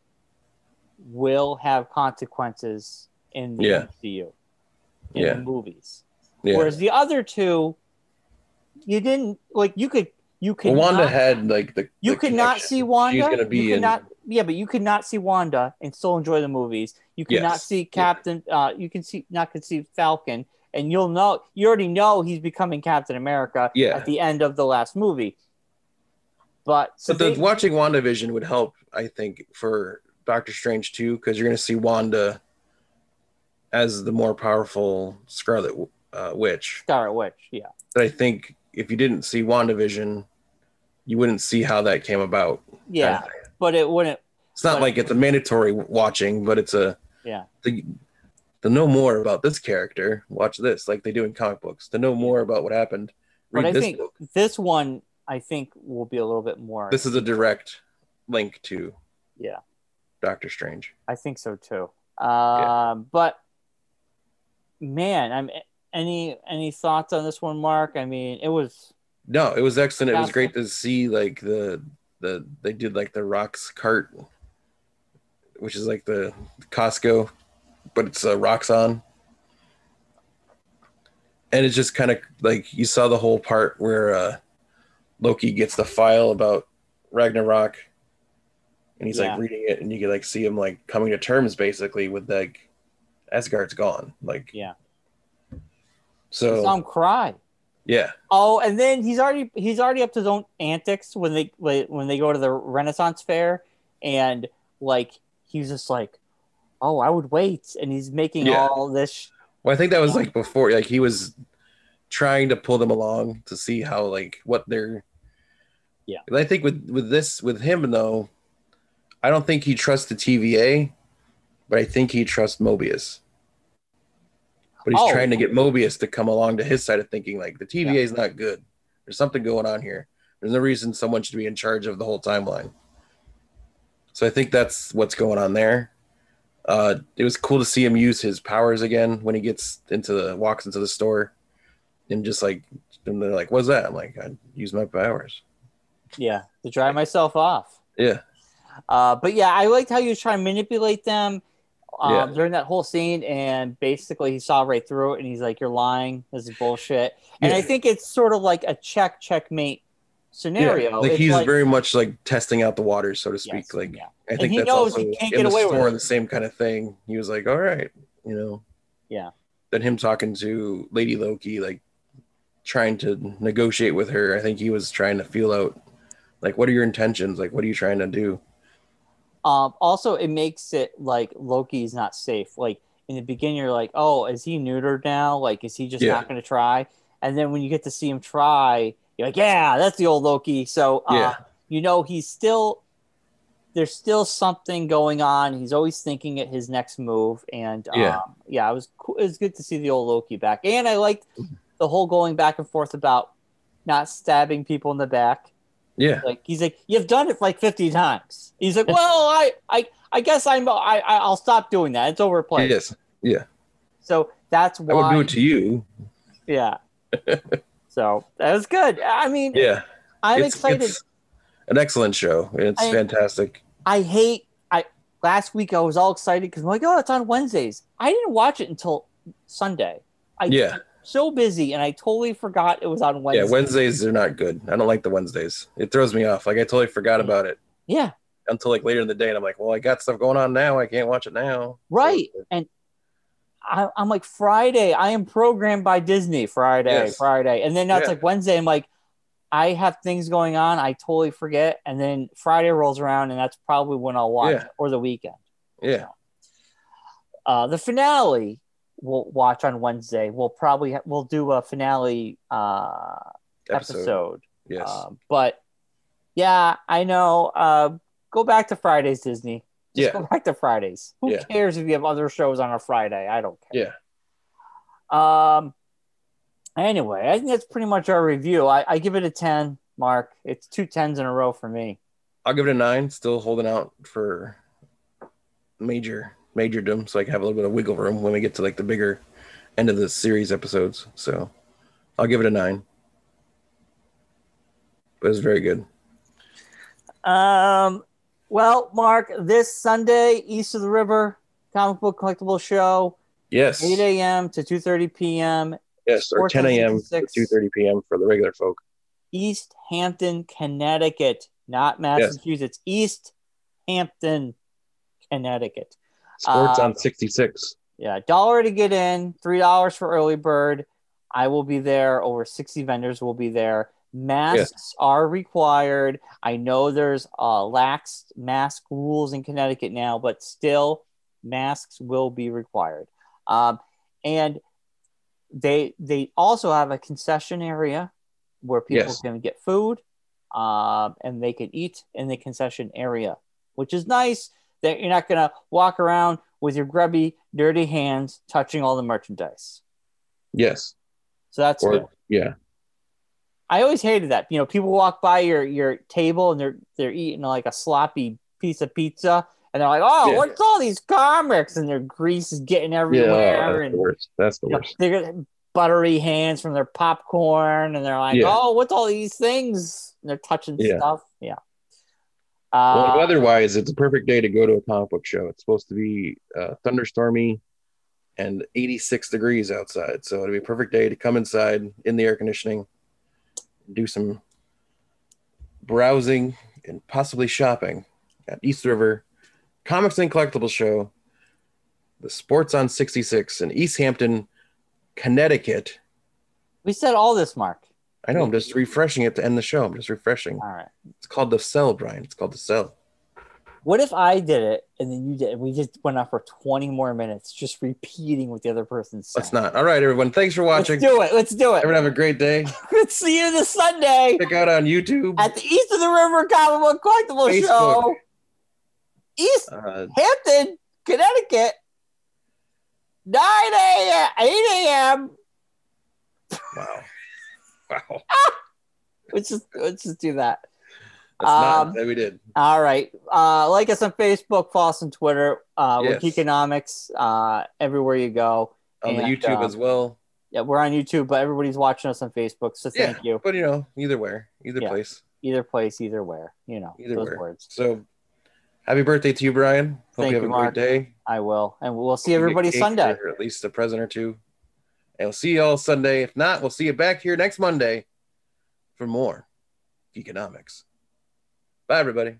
[SPEAKER 2] will have consequences in the
[SPEAKER 1] Yeah.
[SPEAKER 2] MCU, in
[SPEAKER 1] Yeah.
[SPEAKER 2] the movies.
[SPEAKER 1] Yeah,
[SPEAKER 2] Whereas the other two, you didn't like. You could you could
[SPEAKER 1] well, Wanda
[SPEAKER 2] not,
[SPEAKER 1] had like the
[SPEAKER 2] you
[SPEAKER 1] the
[SPEAKER 2] could not
[SPEAKER 1] connection.
[SPEAKER 2] see Wanda.
[SPEAKER 1] She's gonna be
[SPEAKER 2] you could
[SPEAKER 1] in-
[SPEAKER 2] not, yeah, but you could not see Wanda and still enjoy the movies. You could not
[SPEAKER 1] Yes.
[SPEAKER 2] see Captain. Uh, you can see not could see Falcon, and you'll know. You already know he's becoming Captain America
[SPEAKER 1] Yeah.
[SPEAKER 2] at the end of the last movie. But so
[SPEAKER 1] but the,
[SPEAKER 2] they-
[SPEAKER 1] watching WandaVision would help, I think, for Doctor Strange too, because you're going to see Wanda as the more powerful Scarlet uh, Witch.
[SPEAKER 2] Scarlet Witch, yeah,
[SPEAKER 1] But I think if you didn't see WandaVision, you wouldn't see how that came about.
[SPEAKER 2] yeah,
[SPEAKER 1] Kinda thing.
[SPEAKER 2] but it wouldn't.
[SPEAKER 1] It's not
[SPEAKER 2] But-
[SPEAKER 1] like it's a mandatory watching, but it's a
[SPEAKER 2] Yeah.
[SPEAKER 1] The, to know more about this character, watch this, like they do in comic books. To know more about what happened,
[SPEAKER 2] But
[SPEAKER 1] read
[SPEAKER 2] I
[SPEAKER 1] this
[SPEAKER 2] think
[SPEAKER 1] book.
[SPEAKER 2] this one, I think, will be a little bit more.
[SPEAKER 1] This is a direct link to
[SPEAKER 2] Yeah.
[SPEAKER 1] Doctor Strange.
[SPEAKER 2] I think so too. Uh, But man, I'm any any thoughts on this one, Mark? I mean, it was
[SPEAKER 1] No, it was excellent. It was
[SPEAKER 2] Yeah.
[SPEAKER 1] great to see like the the they did like the rocks cart, which is like the Costco, but it's uh, rocks on. And it's just kind of like you saw the whole part where uh, Loki gets the file about Ragnarok, and he's
[SPEAKER 2] Yeah.
[SPEAKER 1] like reading it, and you can like see him like coming to terms basically with like Asgard's gone, like
[SPEAKER 2] Yeah.
[SPEAKER 1] So
[SPEAKER 2] some cry.
[SPEAKER 1] yeah,
[SPEAKER 2] Oh, and then he's already he's already up to his own antics when they when they go to the Renaissance fair, and like he's just like, oh, I would wait, and he's making
[SPEAKER 1] Yeah.
[SPEAKER 2] all this. Sh-
[SPEAKER 1] Well, I think that was like before, like he was trying to pull them along to see how like what they're.
[SPEAKER 2] Yeah.
[SPEAKER 1] And I think with with this with him though, I don't think he trusts the TVA, but I think he trusts Mobius. But he's
[SPEAKER 2] Oh.
[SPEAKER 1] trying to get Mobius to come along to his side of thinking, like the TVA is not good. There's something going on here. There's no reason someone should be in charge of the whole timeline. So I think that's what's going on there. Uh, it was cool to see him use his powers again when he gets into the walks into the store, and just like and they're like, "What's that?" I'm like, "I use my powers."
[SPEAKER 2] yeah, to dry myself off.
[SPEAKER 1] Yeah,
[SPEAKER 2] Uh, but yeah, I liked how you was trying to manipulate them um,
[SPEAKER 1] Yeah.
[SPEAKER 2] during that whole scene, and basically he saw right through it, and he's like, "You're lying. This is bullshit." And I
[SPEAKER 1] Yeah.
[SPEAKER 2] think it's sort of like a check checkmate scenario.
[SPEAKER 1] yeah. Like
[SPEAKER 2] It's
[SPEAKER 1] he's
[SPEAKER 2] like-
[SPEAKER 1] very much like testing out the waters, so to speak.
[SPEAKER 2] Yes,
[SPEAKER 1] like
[SPEAKER 2] yeah.
[SPEAKER 1] I think
[SPEAKER 2] he
[SPEAKER 1] that's
[SPEAKER 2] knows
[SPEAKER 1] also
[SPEAKER 2] he can't get
[SPEAKER 1] in the
[SPEAKER 2] away with
[SPEAKER 1] store
[SPEAKER 2] it.
[SPEAKER 1] the same kind of thing. He was like, "All right, you know."
[SPEAKER 2] Yeah.
[SPEAKER 1] Then him talking to Lady Loki, like trying to negotiate with her. I think he was trying to feel out, like, what are your intentions? Like, what are you trying to do?
[SPEAKER 2] Um, also, it makes it like Loki's not safe. Like in the beginning, you're like, "Oh, is he neutered now? Like, is he just
[SPEAKER 1] Yeah.
[SPEAKER 2] not going to try?" And then when you get to see him try, You're like, yeah, that's the old Loki. So uh,
[SPEAKER 1] Yeah.
[SPEAKER 2] you know he's still there's still something going on. He's always thinking at his next move, and um,
[SPEAKER 1] Yeah.
[SPEAKER 2] yeah, yeah, it was cool. it was good to see the old Loki back, and I liked the whole going back and forth about not stabbing people in the back.
[SPEAKER 1] Yeah.
[SPEAKER 2] Like he's like, you've done it like 50 times. He's like, well, I, I, I guess I'm, I, I- I'll stop doing that. It's overplayed.
[SPEAKER 1] Yes.
[SPEAKER 2] So that's
[SPEAKER 1] I would
[SPEAKER 2] why.
[SPEAKER 1] do it to you.
[SPEAKER 2] <laughs> yeah. so that was good. I mean,
[SPEAKER 1] Yeah.
[SPEAKER 2] I'm
[SPEAKER 1] It's-
[SPEAKER 2] excited.
[SPEAKER 1] it's an excellent show. It's
[SPEAKER 2] I-
[SPEAKER 1] fantastic.
[SPEAKER 2] I hate. I last week I was all excited because I'm like, oh, it's on Wednesdays. I didn't watch it until Sunday. I,
[SPEAKER 1] yeah.
[SPEAKER 2] So busy, and I totally forgot it was on Wednesday.
[SPEAKER 1] Yeah. Wednesdays are not good. I don't like the Wednesdays. It throws me off. Like I totally forgot
[SPEAKER 2] Mm-hmm.
[SPEAKER 1] about it
[SPEAKER 2] yeah.
[SPEAKER 1] until like later in the day, and I'm like, well, I got stuff going on now. I can't watch it now.
[SPEAKER 2] Right. And I, I'm like, Friday, I am programmed by Disney Friday,
[SPEAKER 1] Yes.
[SPEAKER 2] Friday. And then now it's
[SPEAKER 1] Yeah.
[SPEAKER 2] like Wednesday. I'm like, I have things going on. I totally forget. And then Friday rolls around, and that's probably when I'll watch
[SPEAKER 1] Yeah.
[SPEAKER 2] it, or the weekend.
[SPEAKER 1] Yeah.
[SPEAKER 2] Uh, the finale we'll watch on Wednesday. We'll probably ha- we'll do a finale uh,
[SPEAKER 1] Episode.
[SPEAKER 2] episode.
[SPEAKER 1] Yes.
[SPEAKER 2] Uh, but yeah, I know. Uh, go back to Fridays, Disney. Just
[SPEAKER 1] yeah.
[SPEAKER 2] go back to Fridays. Who
[SPEAKER 1] Yeah.
[SPEAKER 2] cares if you have other shows on a Friday? I don't care.
[SPEAKER 1] Yeah.
[SPEAKER 2] Um. Anyway, I think that's pretty much our review. I, I give it a ten, Mark. It's two tens in a row for me.
[SPEAKER 1] I'll give it a nine. Still holding out for major majordom, so I can have a little bit of wiggle room when we get to like the bigger end of the series episodes. So I'll give it a nine. But it's very good.
[SPEAKER 2] Um. Well, Mark, this Sunday, East of the River comic book collectible show,
[SPEAKER 1] Yes.
[SPEAKER 2] eight a.m. to two thirty p.m.
[SPEAKER 1] Yes, or 10 a.m. to
[SPEAKER 2] 1466.
[SPEAKER 1] 2:30 p.m. for the regular folk.
[SPEAKER 2] East Hampton, Connecticut, not Massachusetts. East Hampton, Connecticut.
[SPEAKER 1] Sports
[SPEAKER 2] Uh,
[SPEAKER 1] on 66.
[SPEAKER 2] Yeah, dollar to get in, three dollars for early bird. I will be there. Over sixty vendors will be there. Masks are required. I know there's uh, lax mask rules in Connecticut now, but still, masks will be required. Um, and they they also have a concession area where people
[SPEAKER 1] Yes.
[SPEAKER 2] can get food, um, and they can eat in the concession area, which is nice that you're not going to walk around with your grubby, dirty hands touching all the merchandise.
[SPEAKER 1] Yes.
[SPEAKER 2] So that's
[SPEAKER 1] Or
[SPEAKER 2] good.
[SPEAKER 1] yeah.
[SPEAKER 2] I always hated that. You know, people walk by your your table and they're they're eating like a sloppy piece of pizza, and they're like, "Oh,
[SPEAKER 1] Yeah.
[SPEAKER 2] what's all these comics?" And their grease is getting
[SPEAKER 1] Yeah,
[SPEAKER 2] everywhere,
[SPEAKER 1] that's the
[SPEAKER 2] and
[SPEAKER 1] worst. That's the
[SPEAKER 2] you know,
[SPEAKER 1] worst.
[SPEAKER 2] they're getting buttery hands from their popcorn, and they're like,
[SPEAKER 1] Yeah.
[SPEAKER 2] "Oh, what's all these things?" And they're touching
[SPEAKER 1] Yeah.
[SPEAKER 2] stuff. Yeah.
[SPEAKER 1] well,
[SPEAKER 2] Uh,
[SPEAKER 1] otherwise, it's a perfect day to go to a comic book show. It's supposed to be uh, thunderstormy and 86 degrees outside, so it'd be a perfect day to come inside in the air conditioning, do some browsing and possibly shopping at East River Comics and Collectibles Show, the Sports on 66 in East Hampton, Connecticut.
[SPEAKER 2] we said all this, Mark.
[SPEAKER 1] I know I'm just refreshing it to end the show. I'm just refreshing.
[SPEAKER 2] All right.
[SPEAKER 1] It's called the Cell, Brian. It's called the Cell.
[SPEAKER 2] What if I did it and then you did? it? We just went on for twenty more minutes, just repeating what the other person said.
[SPEAKER 1] Let's not. All right, everyone. Thanks for watching.
[SPEAKER 2] Let's do it. Let's do it.
[SPEAKER 1] Everyone have a great day.
[SPEAKER 2] See you this Sunday
[SPEAKER 1] Check out
[SPEAKER 2] <laughs>
[SPEAKER 1] on YouTube,
[SPEAKER 2] at the East of the River Comic Book Collectible
[SPEAKER 1] Facebook.
[SPEAKER 2] Show, East
[SPEAKER 1] uh,
[SPEAKER 2] Hampton, Connecticut, 9 a.m., 8 a.m.
[SPEAKER 1] wow, wow. That's
[SPEAKER 2] Let's just, let's just do that.
[SPEAKER 1] not
[SPEAKER 2] Um,
[SPEAKER 1] that we did.
[SPEAKER 2] All right. Uh, like us on Facebook, follow us on Twitter. Uh,
[SPEAKER 1] Yes.
[SPEAKER 2] We're Geekonomics uh, everywhere you go.
[SPEAKER 1] On the
[SPEAKER 2] and,
[SPEAKER 1] YouTube
[SPEAKER 2] uh,
[SPEAKER 1] as well.
[SPEAKER 2] Yeah, we're on YouTube, but everybody's watching us on Facebook. So thank you.
[SPEAKER 1] But you know, either where, either
[SPEAKER 2] Yeah.
[SPEAKER 1] place,
[SPEAKER 2] Either place, either where. You know,
[SPEAKER 1] either
[SPEAKER 2] those
[SPEAKER 1] where.
[SPEAKER 2] words.
[SPEAKER 1] So, happy birthday to you, Brian. Hope
[SPEAKER 2] Thank
[SPEAKER 1] you have
[SPEAKER 2] you,
[SPEAKER 1] a
[SPEAKER 2] Mark.
[SPEAKER 1] great day.
[SPEAKER 2] I will. And we'll see
[SPEAKER 1] You get
[SPEAKER 2] everybody
[SPEAKER 1] cake
[SPEAKER 2] Sunday.
[SPEAKER 1] Or at least a present or two. And we'll see you all Sunday. If not, we'll see you back here next Monday for more economics. Bye, everybody.